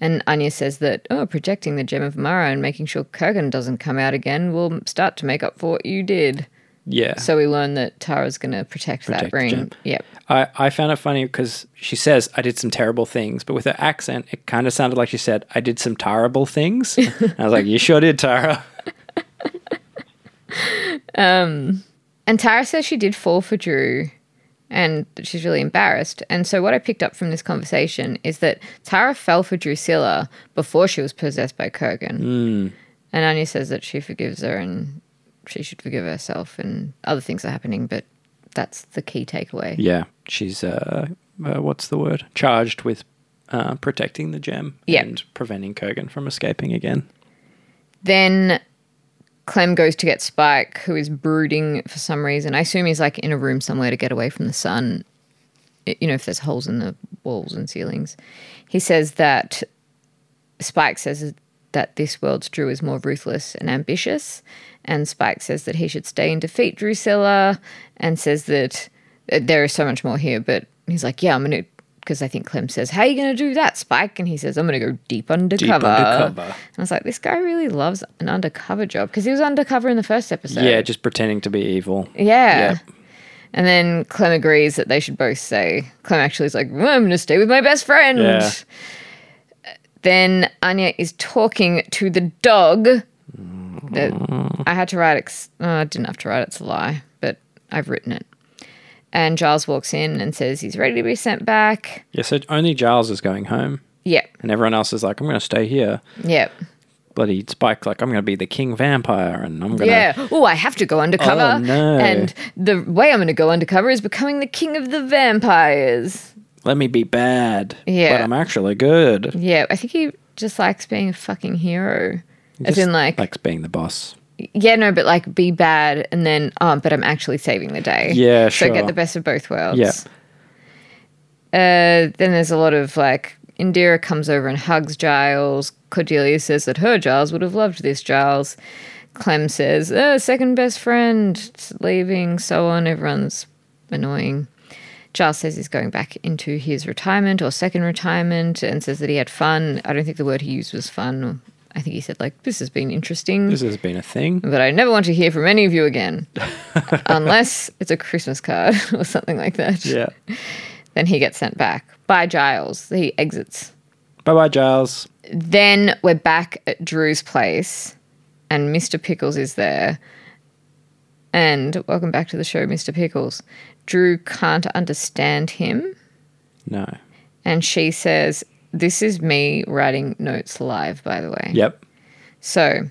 And Anya says that, oh, protecting the Gem of Mara and making sure Kurgan doesn't come out again will start to make up for what you did.
yeah."
So we learn that Tara's going to protect,
Protect
that ring.
Gem.
Yep.
I, I found it funny because she says, I did some terrible things, but with her accent, it kind of sounded like she said, I did some terrible things. And I was like, You sure did, Tara.
And Tara says she did fall for Drew and that she's really embarrassed. And so, what I picked up from this conversation is that Tara fell for Drusilla before she was possessed by Kurgan. And Anya says that she forgives her and she should forgive herself, and other things are happening, but that's the key takeaway.
Yeah. She's, uh, uh, what's the word? Charged with uh, protecting the gem
Yeah.
and preventing Kogan from escaping again.
Then Clem goes to get Spike, who is brooding for some reason. I assume he's like in a room somewhere to get away from the sun. i- You know, if there's holes in the walls and ceilings. He says that Spike says that this world's Drew is more ruthless and ambitious. And Spike says that he should stay and defeat Drusilla and says that uh, there is so much more here. But he's like, yeah, I'm going to. Because I think Clem says, How are you going to do that, Spike? And he says, I'm going to go deep undercover.
undercover.
And I was like, This guy really loves an undercover job because he was undercover in the first episode.
Yeah, just pretending to be evil.
Yeah.
Yep.
And then Clem agrees that they should both stay. Clem actually is like, "Well, I'm going to stay with my best friend.
Yeah.
Then Anya is talking to the dog. That I had to write it. Oh, I didn't have to write it. It's a lie, but I've written it. And Giles walks in and says he's ready to be sent back.
Yeah, so only Giles is going home,
Yep.
and everyone else is like, I'm going to stay here.
Yep.
Bloody Spike, like, I'm going to be the king vampire, and I'm going to.
Yeah. Oh, I have to go undercover.
Oh, no.
And the way I'm going to go undercover is becoming the king of the vampires.
Let me be bad.
Yeah.
But I'm actually good.
Yeah, I think he just likes being a fucking hero. As
Just
in, like,
likes being the boss.
yeah, no, but like, be bad and then, um, but I'm actually saving the day.
Yeah,
So
sure.
get the best of both worlds.
Yeah.
Uh, then there's a lot of like, Indira comes over and hugs Giles. Cordelia says that her Giles would have loved this Giles. Clem says, oh, second best friend, it's leaving, so on. Everyone's annoying. Giles says he's going back into his retirement or second retirement and says that he had fun. I don't think the word he used was fun. I think he said, like, this has been interesting
This has been a thing.
but I never want to hear from any of you again. Unless it's a Christmas card or something like that.
Yeah.
Then he gets sent back by Giles. He exits.
bye bye, Giles.
Then we're back at Drew's place and Mr. Pickles is there. And welcome back to the show, Mr. Pickles. Drew can't understand him.
No.
And she says, This is me writing notes live, by the way.
Yep.
So,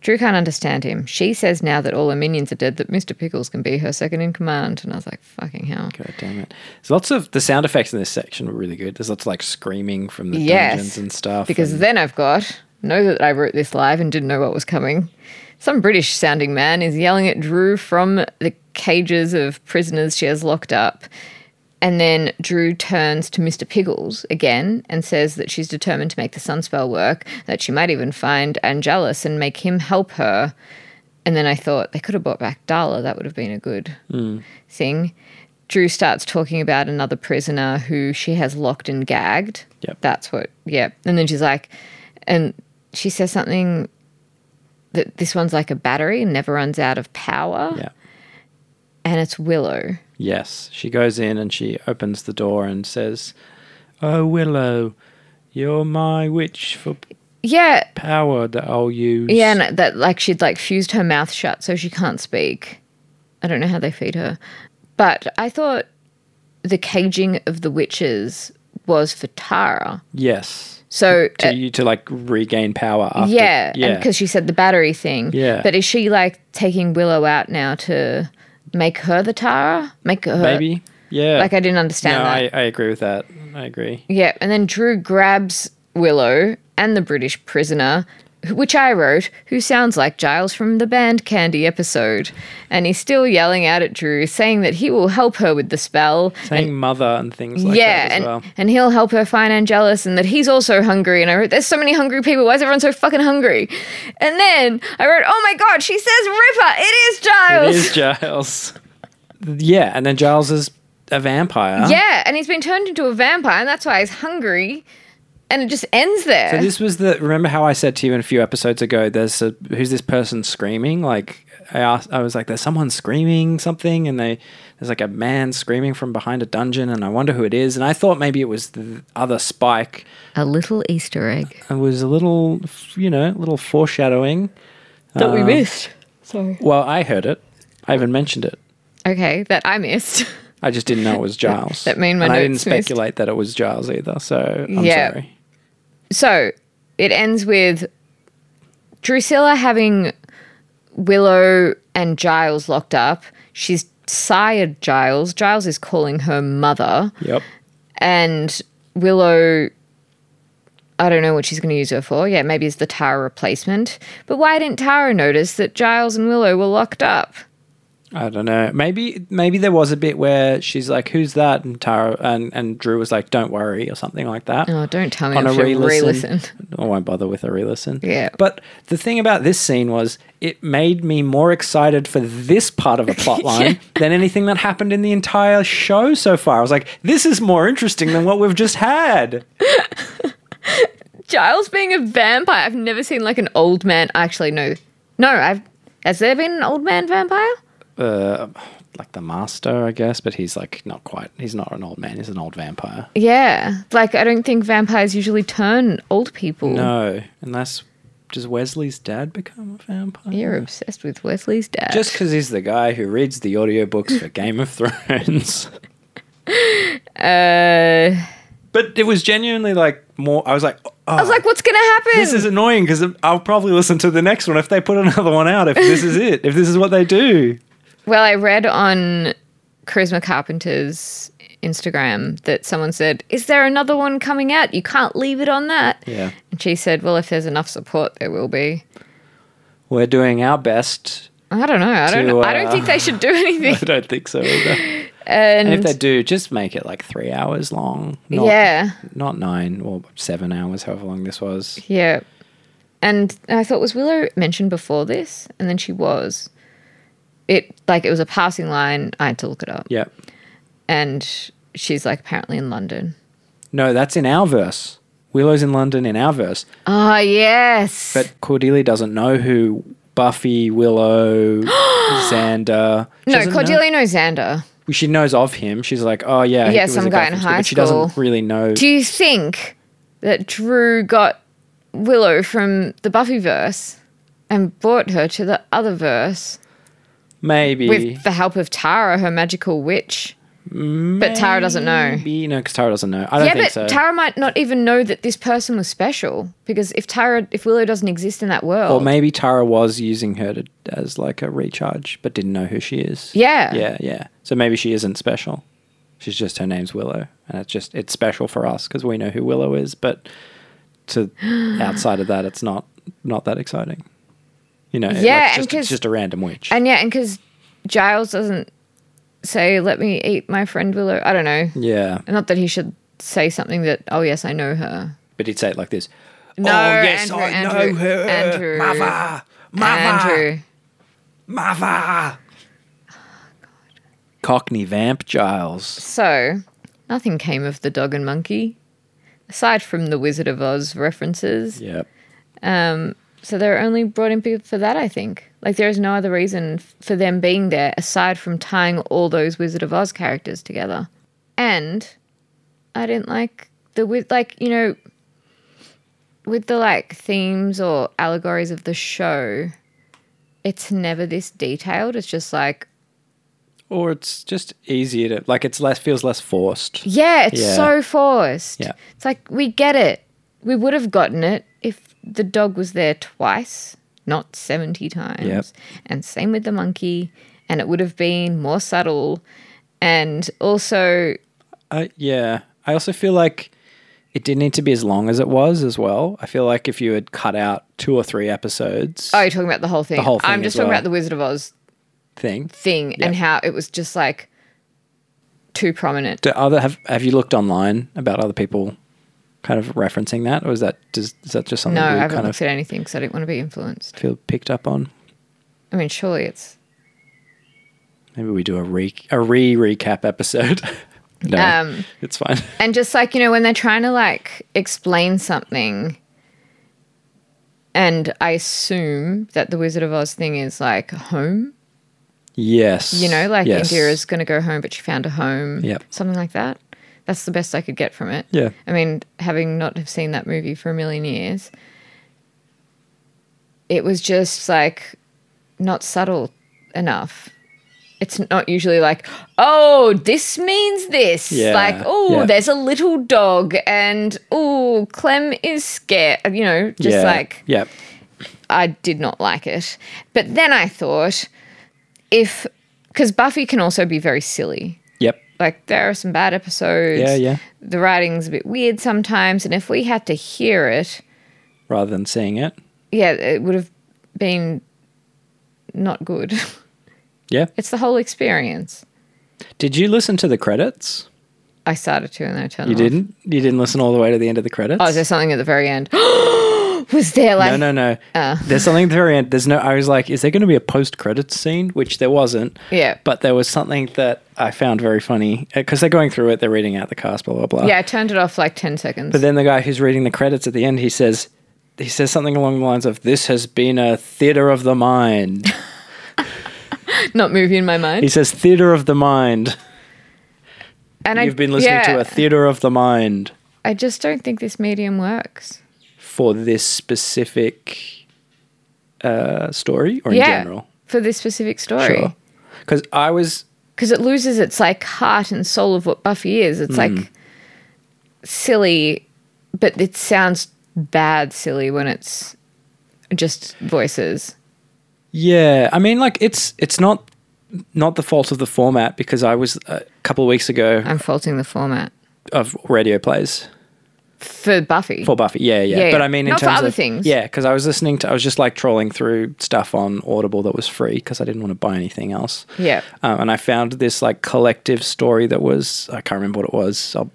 Drew can't understand him. She says now that all her minions are dead, that Mr. Pickles can be her second in command. And I was like, fucking hell.
God damn it. There's lots of the sound effects in this section were really good. There's lots of like screaming from the
Yes,
dungeons and stuff.
Because
and-
then I've got, know that I wrote this live and didn't know what was coming. Some British sounding man is yelling at Drew from the cages of prisoners she has locked up. And then Drew turns to Mr. Piggles again and says that she's determined to make the sun spell work, that she might even find Angelus and make him help her. And then I thought they could have brought back Darla. That would have been a good thing. Drew starts talking about another prisoner who she has locked and gagged.
Yep.
That's what, yeah. And then she's like, and she says something that this one's like a battery and never runs out of power.
yeah.
And it's Willow.
Yes. She goes in and she opens the door and says, Oh, Willow, you're my witch for p-
Yeah.
power that I'll use.
Yeah. And that, like, she'd like fused her mouth shut so she can't speak. I don't know how they feed her. But I thought the caging of the witches was for Tara.
Yes.
So
To
uh,
you to like regain power after.
yeah,
Yeah.
because she said the battery thing.
Yeah.
but is she like taking Willow out now to make her the Tara? Make her
Maybe. Yeah.
Like I didn't understand
no,
that.
I, I agree with that. I agree.
Yeah, and then Drew grabs Willow and the British prisoner, wh- which I wrote, who sounds like Giles from the band Candy episode. And he's still yelling out at Drew, saying that he will help her with the spell.
Saying mother and things like
yeah,
that as
and,
well.
and he'll help her find Angelus and that he's also hungry. And I wrote, There's so many hungry people. Why is everyone so fucking hungry? And then I wrote, Oh my God, she says Ripper. It is
It
Giles.
is Giles. yeah, and then Giles is a vampire.
Yeah, and he's been turned into a vampire, and that's why he's hungry. And it just ends there.
So this was the remember how I said to you in a few episodes ago there's a, who's this person screaming like I asked I was like there's someone screaming something and they there's like a man screaming from behind a dungeon and I wonder who it is and I thought maybe it was the other Spike
a little Easter egg.
it was a little you know a little foreshadowing
that we missed. Sorry.
well I heard it I even mentioned it
Okay, that I missed.
I just didn't know it was Giles
that made my
and I didn't
notes missed.
speculate that it was Giles either so I'm
Yeah.
sorry
So it ends with Drusilla having Willow and Giles locked up. She's sired Giles. Giles is calling her mother,
yep
and Willow. I don't know what she's going to use her for. Yeah, maybe it's the Tara replacement. But why didn't Tara notice that Giles and Willow were locked up?
I don't know. Maybe maybe there was a bit where she's like, "Who's that?" and Tara and, and Drew was like, "Don't worry" or something like that.
Oh, don't tell me.
On
I
a
have to
re-listen,
re-listen.
I won't bother with a re-listen.
Yeah.
But the thing about this scene was it made me more excited for this part of the plot line than anything that happened in the entire show so far. I was like, "This is more interesting than what we've just had."
Giles being a vampire. I've never seen like an old man. Actually, no, no. I've has there been an old man vampire?
Uh, like the master, I guess, but he's like not quite. He's not an old man. He's an old vampire.
Yeah, like I don't think vampires usually turn old people.
No, unless does Wesley's dad become a vampire?
You're obsessed with Wesley's dad.
Just because he's the guy who reads the audiobooks for Game of Thrones.
uh,
But it was genuinely like more. I was like, oh,
I was like, what's gonna happen?
this is annoying because I'll probably listen to the next one if they put another one out, if this is it, if this is what they do.
Well, I read on Charisma Carpenter's Instagram that someone said, "Is there another one coming out? You can't leave it on that."
Yeah.
And she said, "Well, if there's enough support, there will be."
We're doing our best.
I don't know. I don't.
To, uh,
I don't think they should do anything.
I don't think so either.
And,
And if they do, just make it like three hours long. Not,
yeah,
Not nine or seven hours, however long this was.
yeah. And I thought was Willow mentioned before this, and then she was. It like it was a passing line. I had to look it up,
Yeah.
and she's like apparently in London.
No, that's in our verse. Willow's in London in our verse.
Ah, yes.
But Cordelia doesn't know who Buffy, Willow, Xander. she
no,
doesn't know-
Cordelia knows Xander.
She knows of him. She's like, oh yeah,
Yeah,
it was
some
a
guy in
from
high
but she doesn't
school.
really know.
Do you think that Drew got Willow from the Buffyverse and brought her to the other verse
Maybe,
with the help of Tara, her magical witch? But Tara doesn't know.
maybe no, because Tara doesn't know. I don't
yeah,
think
but
so.
Tara might not even know that this person was special because if Tara, if Willow doesn't exist in that
or
world,
maybe Tara was using her to, as like a recharge, but didn't know who she is.
yeah,
yeah, yeah. So maybe she isn't special. She's just her name's Willow, and it's just it's special for us because we know who Willow is. But to outside of that, it's not not that exciting. You know, like,
Yeah,
it's
and
just,
'cause-
it's just a random witch.
and yeah, and because Giles doesn't say, "Let me eat my friend Willow." I don't know.
yeah,
Not that he should say something that, "Oh yes, I know her."
but he'd say it like this.
No,
oh yes,
Andrew,
I
Andrew,
know her. Ah.
Andrew,
Mother, mother,
Andrew.
mother. Cockney vamp Giles.
So nothing came of the dog and monkey, aside from the Wizard of Oz references.
Yep.
So they're only brought in be- for that, I think. Like there is no other reason f- for them being there aside from tying all those Wizard of Oz characters together. And I didn't like the with like you know with the like themes or allegories of the show. It's never this detailed. It's just like
or it's just easier to like it's less feels less forced.
Yeah, it's
Yeah.
so forced.
Yeah.
It's like we get it. We would have gotten it if the dog was there twice, not 70 times.
Yep.
And same with the monkey, and it would have been more subtle. And also,
I Uh, yeah. I also feel like it didn't need to be as long as it was as well. I feel like if you had cut out two or three episodes
oh, you're talking about the whole thing.
The whole
I'm
thing
just
as
talking
well.
about the Wizard of Oz
thing.
thing
Yep.
and how it was just like too prominent.
Do other have have you looked online about other people kind of referencing that? Or is that does is that just something
No, I
you
haven't
kind
looked
of
at anything because I didn't want to be influenced.
feel picked up on?
I mean, surely it's.
Maybe we do a re a re recap episode. no.
Um,
it's fine.
And just like, you know, when they're trying to like explain something, and I assume that the Wizard of Oz thing is like home,
yes.
you know, like
yes.
Indira's going to go home, but she found a home,
Yep.
something like that. That's the best I could get from it.
Yeah.
I mean, having not have seen that movie for a million years, it was just like not subtle enough. It's not usually like, oh, this means this.
Yeah,
Like, oh,
yeah.
there's a little dog, and oh, Clem is scared. You know, just
yeah.
like
Yep.
I did not like it. But then I thought, if because Buffy can also be very silly.
Yep.
Like there are some bad episodes.
Yeah, yeah.
The writing's a bit weird sometimes, and if we had to hear it,
Rather than seeing it.
yeah, it would have been not good.
Yeah.
it's the whole experience.
Did you listen to the credits?
I started to, and then I turned.
You
them off.
didn't. You didn't listen all the way to the end of the credits.
Oh, is there something at the very end? was there like uh.
no, no, no. There's something at the very end. There's no. I was like, is there going to be a post-credits scene? Which there wasn't.
Yeah.
But there was something that I found very funny because they're going through it. They're reading out the cast. Blah blah blah.
Yeah, I turned it off like ten seconds.
But then the guy who's reading the credits at the end, he says, he says something along the lines of, "This has been a theater of the mind."
not movie in my mind.
he says, "Theater of the mind."
and
You've been listening to a theater of the mind
I just don't think this medium works.
for this specific uh, story, or in
yeah,
general.
for this specific story.
Sure. Because I was
because it loses its like heart and soul of what Buffy is. It's
Hmm.
like silly, but it sounds bad silly when it's just voices.
yeah, I mean like it's it's not not the fault of the format because I was uh, a couple of weeks ago
I'm faulting the format
of radio plays
for Buffy.
for Buffy. Yeah, yeah.
Yeah,
But
yeah.
I mean in
Not for
terms
other
of
things.
Yeah, cuz I was listening to I was just like trolling through stuff on Audible that was free cuz I didn't want to buy anything else.
yeah,
Um, and I found this like collective story that was I can't remember what it was. I'll,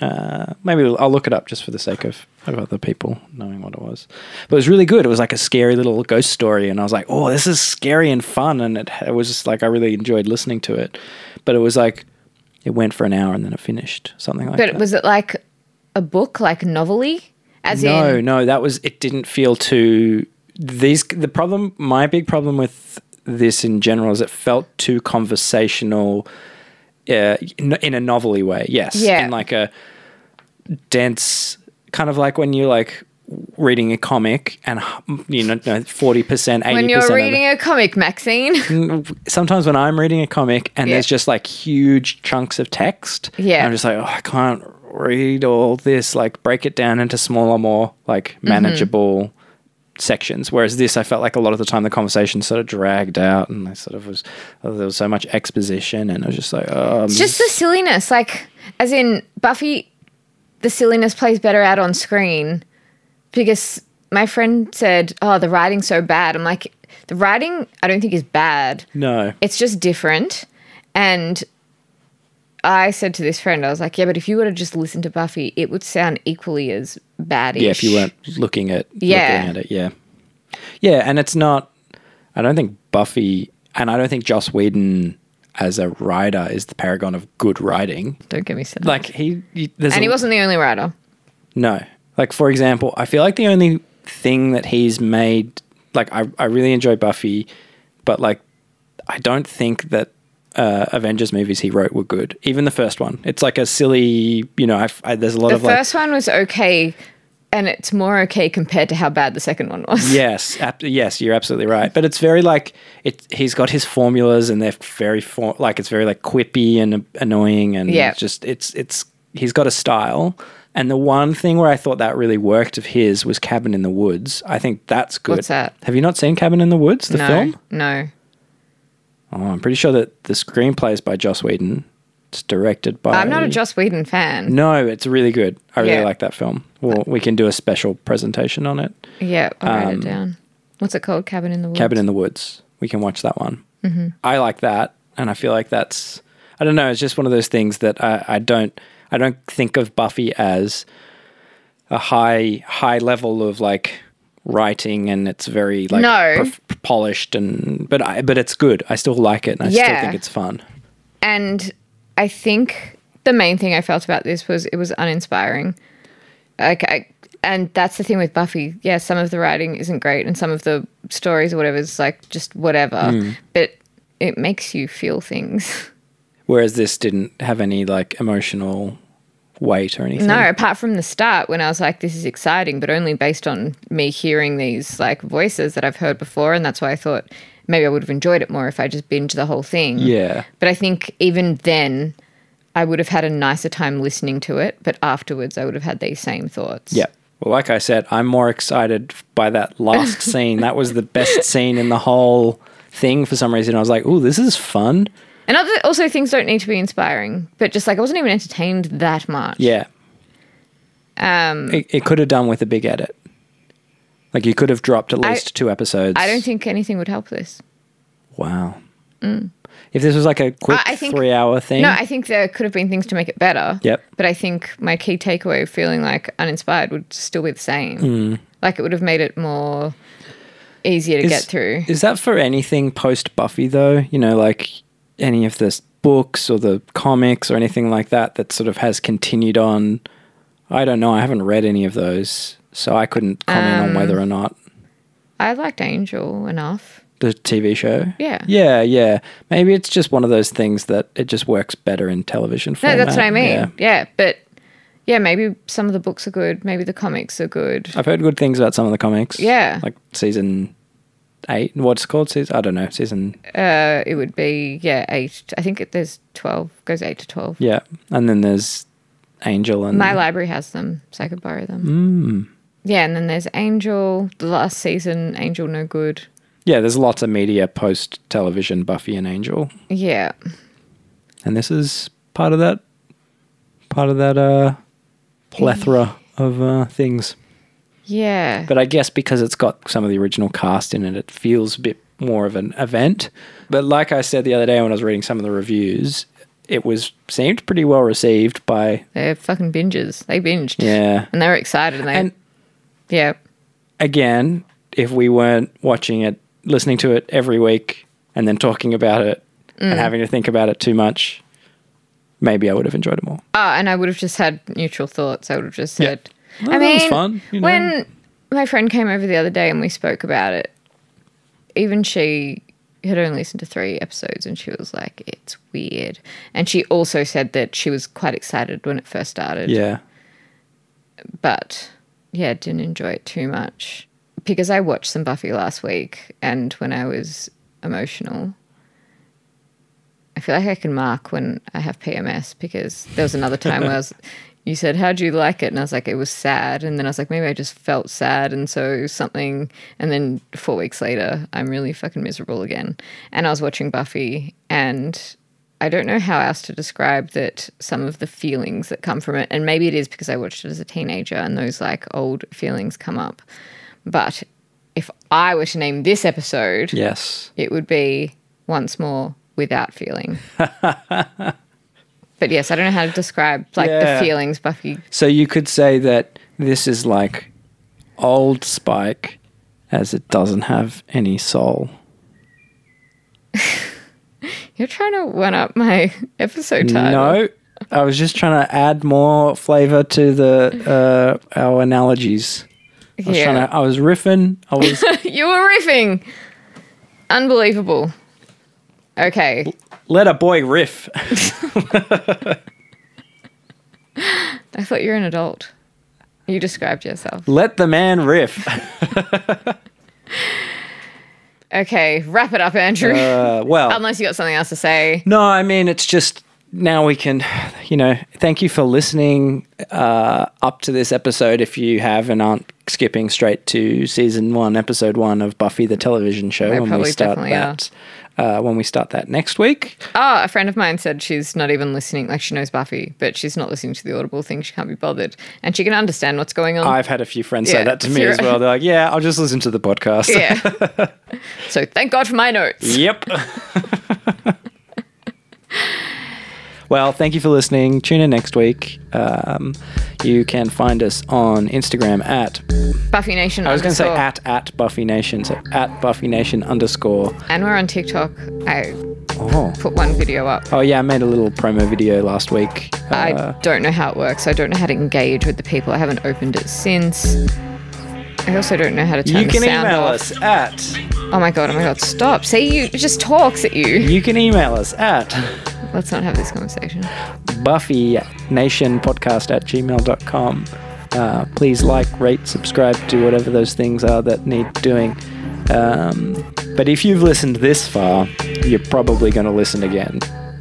uh, maybe I'll look it up just for the sake of, of other people knowing what it was. But it was really good. It was like a scary little ghost story, and I was like, "Oh, this is scary and fun." And it, it was just like I really enjoyed listening to it. But it was like it went for an hour and then it finished, something like
but
that.
was it like a book, like novelly? As
no,
in,
no, that was it. Didn't feel too these. The problem, my big problem with this in general is it felt too conversational, uh, in in a novelly way. Yes,
Yeah.
in like a dense kind of like when you're like reading a comic and you know forty percent, eighty percent.
when you're reading a comic, Maxine.
sometimes when I'm reading a comic and
Yeah.
there's just like huge chunks of text,
Yeah.
I'm just like, oh, I can't read all this. Like, break it down into smaller, more like
Mm-hmm.
manageable sections. Whereas this, I felt like a lot of the time the conversation sort of dragged out, and I sort of was oh, there was so much exposition, and I was just like, oh,
It's just the silliness, like as in Buffy, the silliness plays better out on screen because my friend said, "Oh, the writing's so bad." I'm like, the writing I don't think is bad.
no,
It's just different, and I said to this friend, I was like, "Yeah, but if you were to just listen to Buffy, it would sound equally as bad."
yeah, if you weren't looking at
Yeah.
looking at it, yeah, yeah, and it's not. I don't think Buffy, and I don't think Joss Whedon as a writer is the paragon of good writing.
don't get me started.
like he, he there's
and
a-
he wasn't the only writer.
no like for example i feel like the only thing that he's made like i, I really enjoy buffy but like i don't think that uh, avengers movies he wrote were good even the first one it's like a silly you know I, I- there's a lot
The
of like
first one was okay and it's more okay compared to how bad the second one was.
Yes, ab- yes, you're absolutely right. But it's very like it. He's got his formulas, and they're very for, like it's very like quippy and uh, annoying, and
Yeah.
just it's it's he's got a style. And the one thing where I thought that really worked of his was Cabin in the Woods. I think that's good.
What's that?
Have you not seen Cabin in the Woods, the
no,
film?
no.
Oh, I'm pretty sure that the screenplay is by Joss Whedon. It's directed by.
I'm not a Joss Whedon fan.
No, it's really good. I really
Yeah.
like that film. Well, we can do a special presentation on it.
Yeah, I'll write it down. What's it called? Cabin in the Woods.
Um, Cabin in the Woods. We can watch that one. Mm-hmm. I like that, and I feel like that's I don't know. It's just one of those things that I, I don't I don't think of Buffy as a high high level of like writing, and it's very like
No.
prof- polished and but I but it's good. I still like it, and I still
Yeah.
think it's fun.
And I think the main thing I felt about this was it was uninspiring. Like I, and that's the thing with Buffy. Yeah, some of the writing isn't great, and some of the stories or whatever is like just whatever.
Hmm.
But it makes you feel things.
Whereas this didn't have any like emotional weight or anything.
No, apart from the start when I was like, this is exciting, but only based on me hearing these like voices that I've heard before. And that's why I thought maybe I would have enjoyed it more if I just binged the whole thing.
Yeah.
But I think even then, I would have had a nicer time listening to it. But afterwards, I would have had these same thoughts.
Yeah. Well, like I said, I'm more excited by that last scene. That was the best scene in the whole thing for some reason. I was like, "Ooh, this is fun."
And other, also, things don't need to be inspiring, but just like I wasn't even entertained that much.
Yeah.
Um,
It, it could have done with a big edit. Like you could have dropped at least two episodes.
I don't think anything would help this.
Wow. If this was like a quick
Mm. I- I think-
three-hour thing,
No, I think there could have been things to make it better.
Yep.
But I think my key takeaway of feeling like uninspired would still be the same. Mm. Like it would have made it more easier to
Hmm. is,
get through.
Is that for anything post Buffy though? You know, like any of the books or the comics or anything like that that sort of has continued on. I don't know. I haven't read any of those, so I couldn't comment on whether
Um,
or not
I liked Angel enough.
the TV show.
Yeah.
Yeah, yeah. Maybe it's just one of those things that it just works better in television
No,
format.
that's what I mean.
Yeah.
Yeah. But yeah, maybe some of the books are good. Maybe the comics are good.
I've heard good things about some of the comics.
Yeah.
Like season eight. What's it called season? I don't know. Season
Uh, it would be, yeah, eight. I think it, there's 12, goes eight to 12.
yeah. And then there's Angel and Hmm.
My library has them, so I could borrow them.
Mm.
Yeah, and then there's Angel, the last season, Angel No Good.
yeah. There's lots of media post television. Buffy and Angel,
Yeah.
and this is part of that. Part of that uh, plethora of uh, things.
Yeah.
But I guess because it's got some of the original cast in it, it feels a bit more of an event. But like I said the other day when I was reading some of the reviews, it was seemed pretty well received by
They're fucking binges. They binged.
yeah.
And they were excited and they
And
Yeah.
again, if we weren't watching it, listening to it every week and then talking about it
Mm.
and having to think about it too much, maybe I would have enjoyed it more.
Oh, and I would have just had neutral thoughts. I would have just
Yeah.
said
Well,
I
that was
mean
fun, you know.
when my friend came over the other day and we spoke about it, even she had only listened to three episodes and she was like, It's weird. And she also said that she was quite excited when it first started.
Yeah.
but yeah, didn't enjoy it too much because I watched some Buffy last week, and when I was emotional, I feel like I can mark when I have PMS because there was another time where I was. You said, "How do you like it?" And I was like, "It was sad." And then I was like, "Maybe I just felt sad." And so something. And then four weeks later, I'm really fucking miserable again. And I was watching Buffy, and I don't know how else to describe that some of the feelings that come from it, and maybe it is because I watched it as a teenager and those like old feelings come up. But if I were to name this episode,
Yes.
it would be once more without feeling. but yes, I don't know how to describe like
Yeah.
the feelings Buffy.
So you could say that this is like old Spike as it doesn't have any soul.
You're trying to one up my episode title.
No, I was just trying to add more flavor to the uh, our analogies. I was
Yeah.
trying to. I was riffing. I was
you were riffing. Unbelievable. Okay.
let a boy riff.
I thought you were an adult. You described yourself.
Let the man riff.
Okay, wrap it up, Andrew.
Uh, well,
Unless you got something else to say.
No, I mean it's just now we can, you know, thank you for listening uh, up to this episode. If you have and aren't skipping straight to season one, episode one of Buffy the television show
They
when we
probably
start
definitely
that, uh, when we start that next week.
Oh, a friend of mine said she's not even listening. Like, she knows Buffy, but she's not listening to the Audible thing. She can't be bothered. And she can understand what's going on.
I've had a few friends say
Yeah,
that to me
zero.
as well. They're like, "Yeah, I'll just listen to the podcast."
yeah. so thank God for my notes.
yep. Well, thank you for listening. Tune in next week. Um, you can find us on Instagram at
Buffy Nation.
I was going to say
underscore.
at at Buffy Nation, so at Buffy Nation underscore.
And we're on TikTok. I
Oh,
put one video up.
oh yeah, I made a little promo video last week. Uh,
I don't know how it works. I don't know how to engage with the people. I haven't opened it since. I also don't know how to turn
you
the
can
sound
email
off.
us at
Oh my god! Oh my god! Stop! See, you it just talks at you.
you can email us at
Let's not have this conversation.
Buffy Nation Podcast at gmail.com. Uh, please like, rate, subscribe, do whatever those things are that need doing. Um, but if you've listened this far, you're probably going to listen again.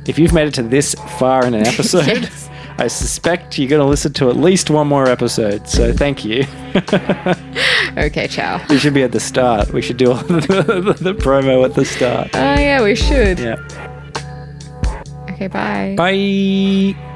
If you've made it to this far in an episode,
Yes.
I suspect you're going to listen to at least one more episode. So thank you.
Okay, ciao.
We should be at the start. We should do all the, the, the promo at the start.
Oh yeah, we should.
Yeah.
Okay, bye.
Bye.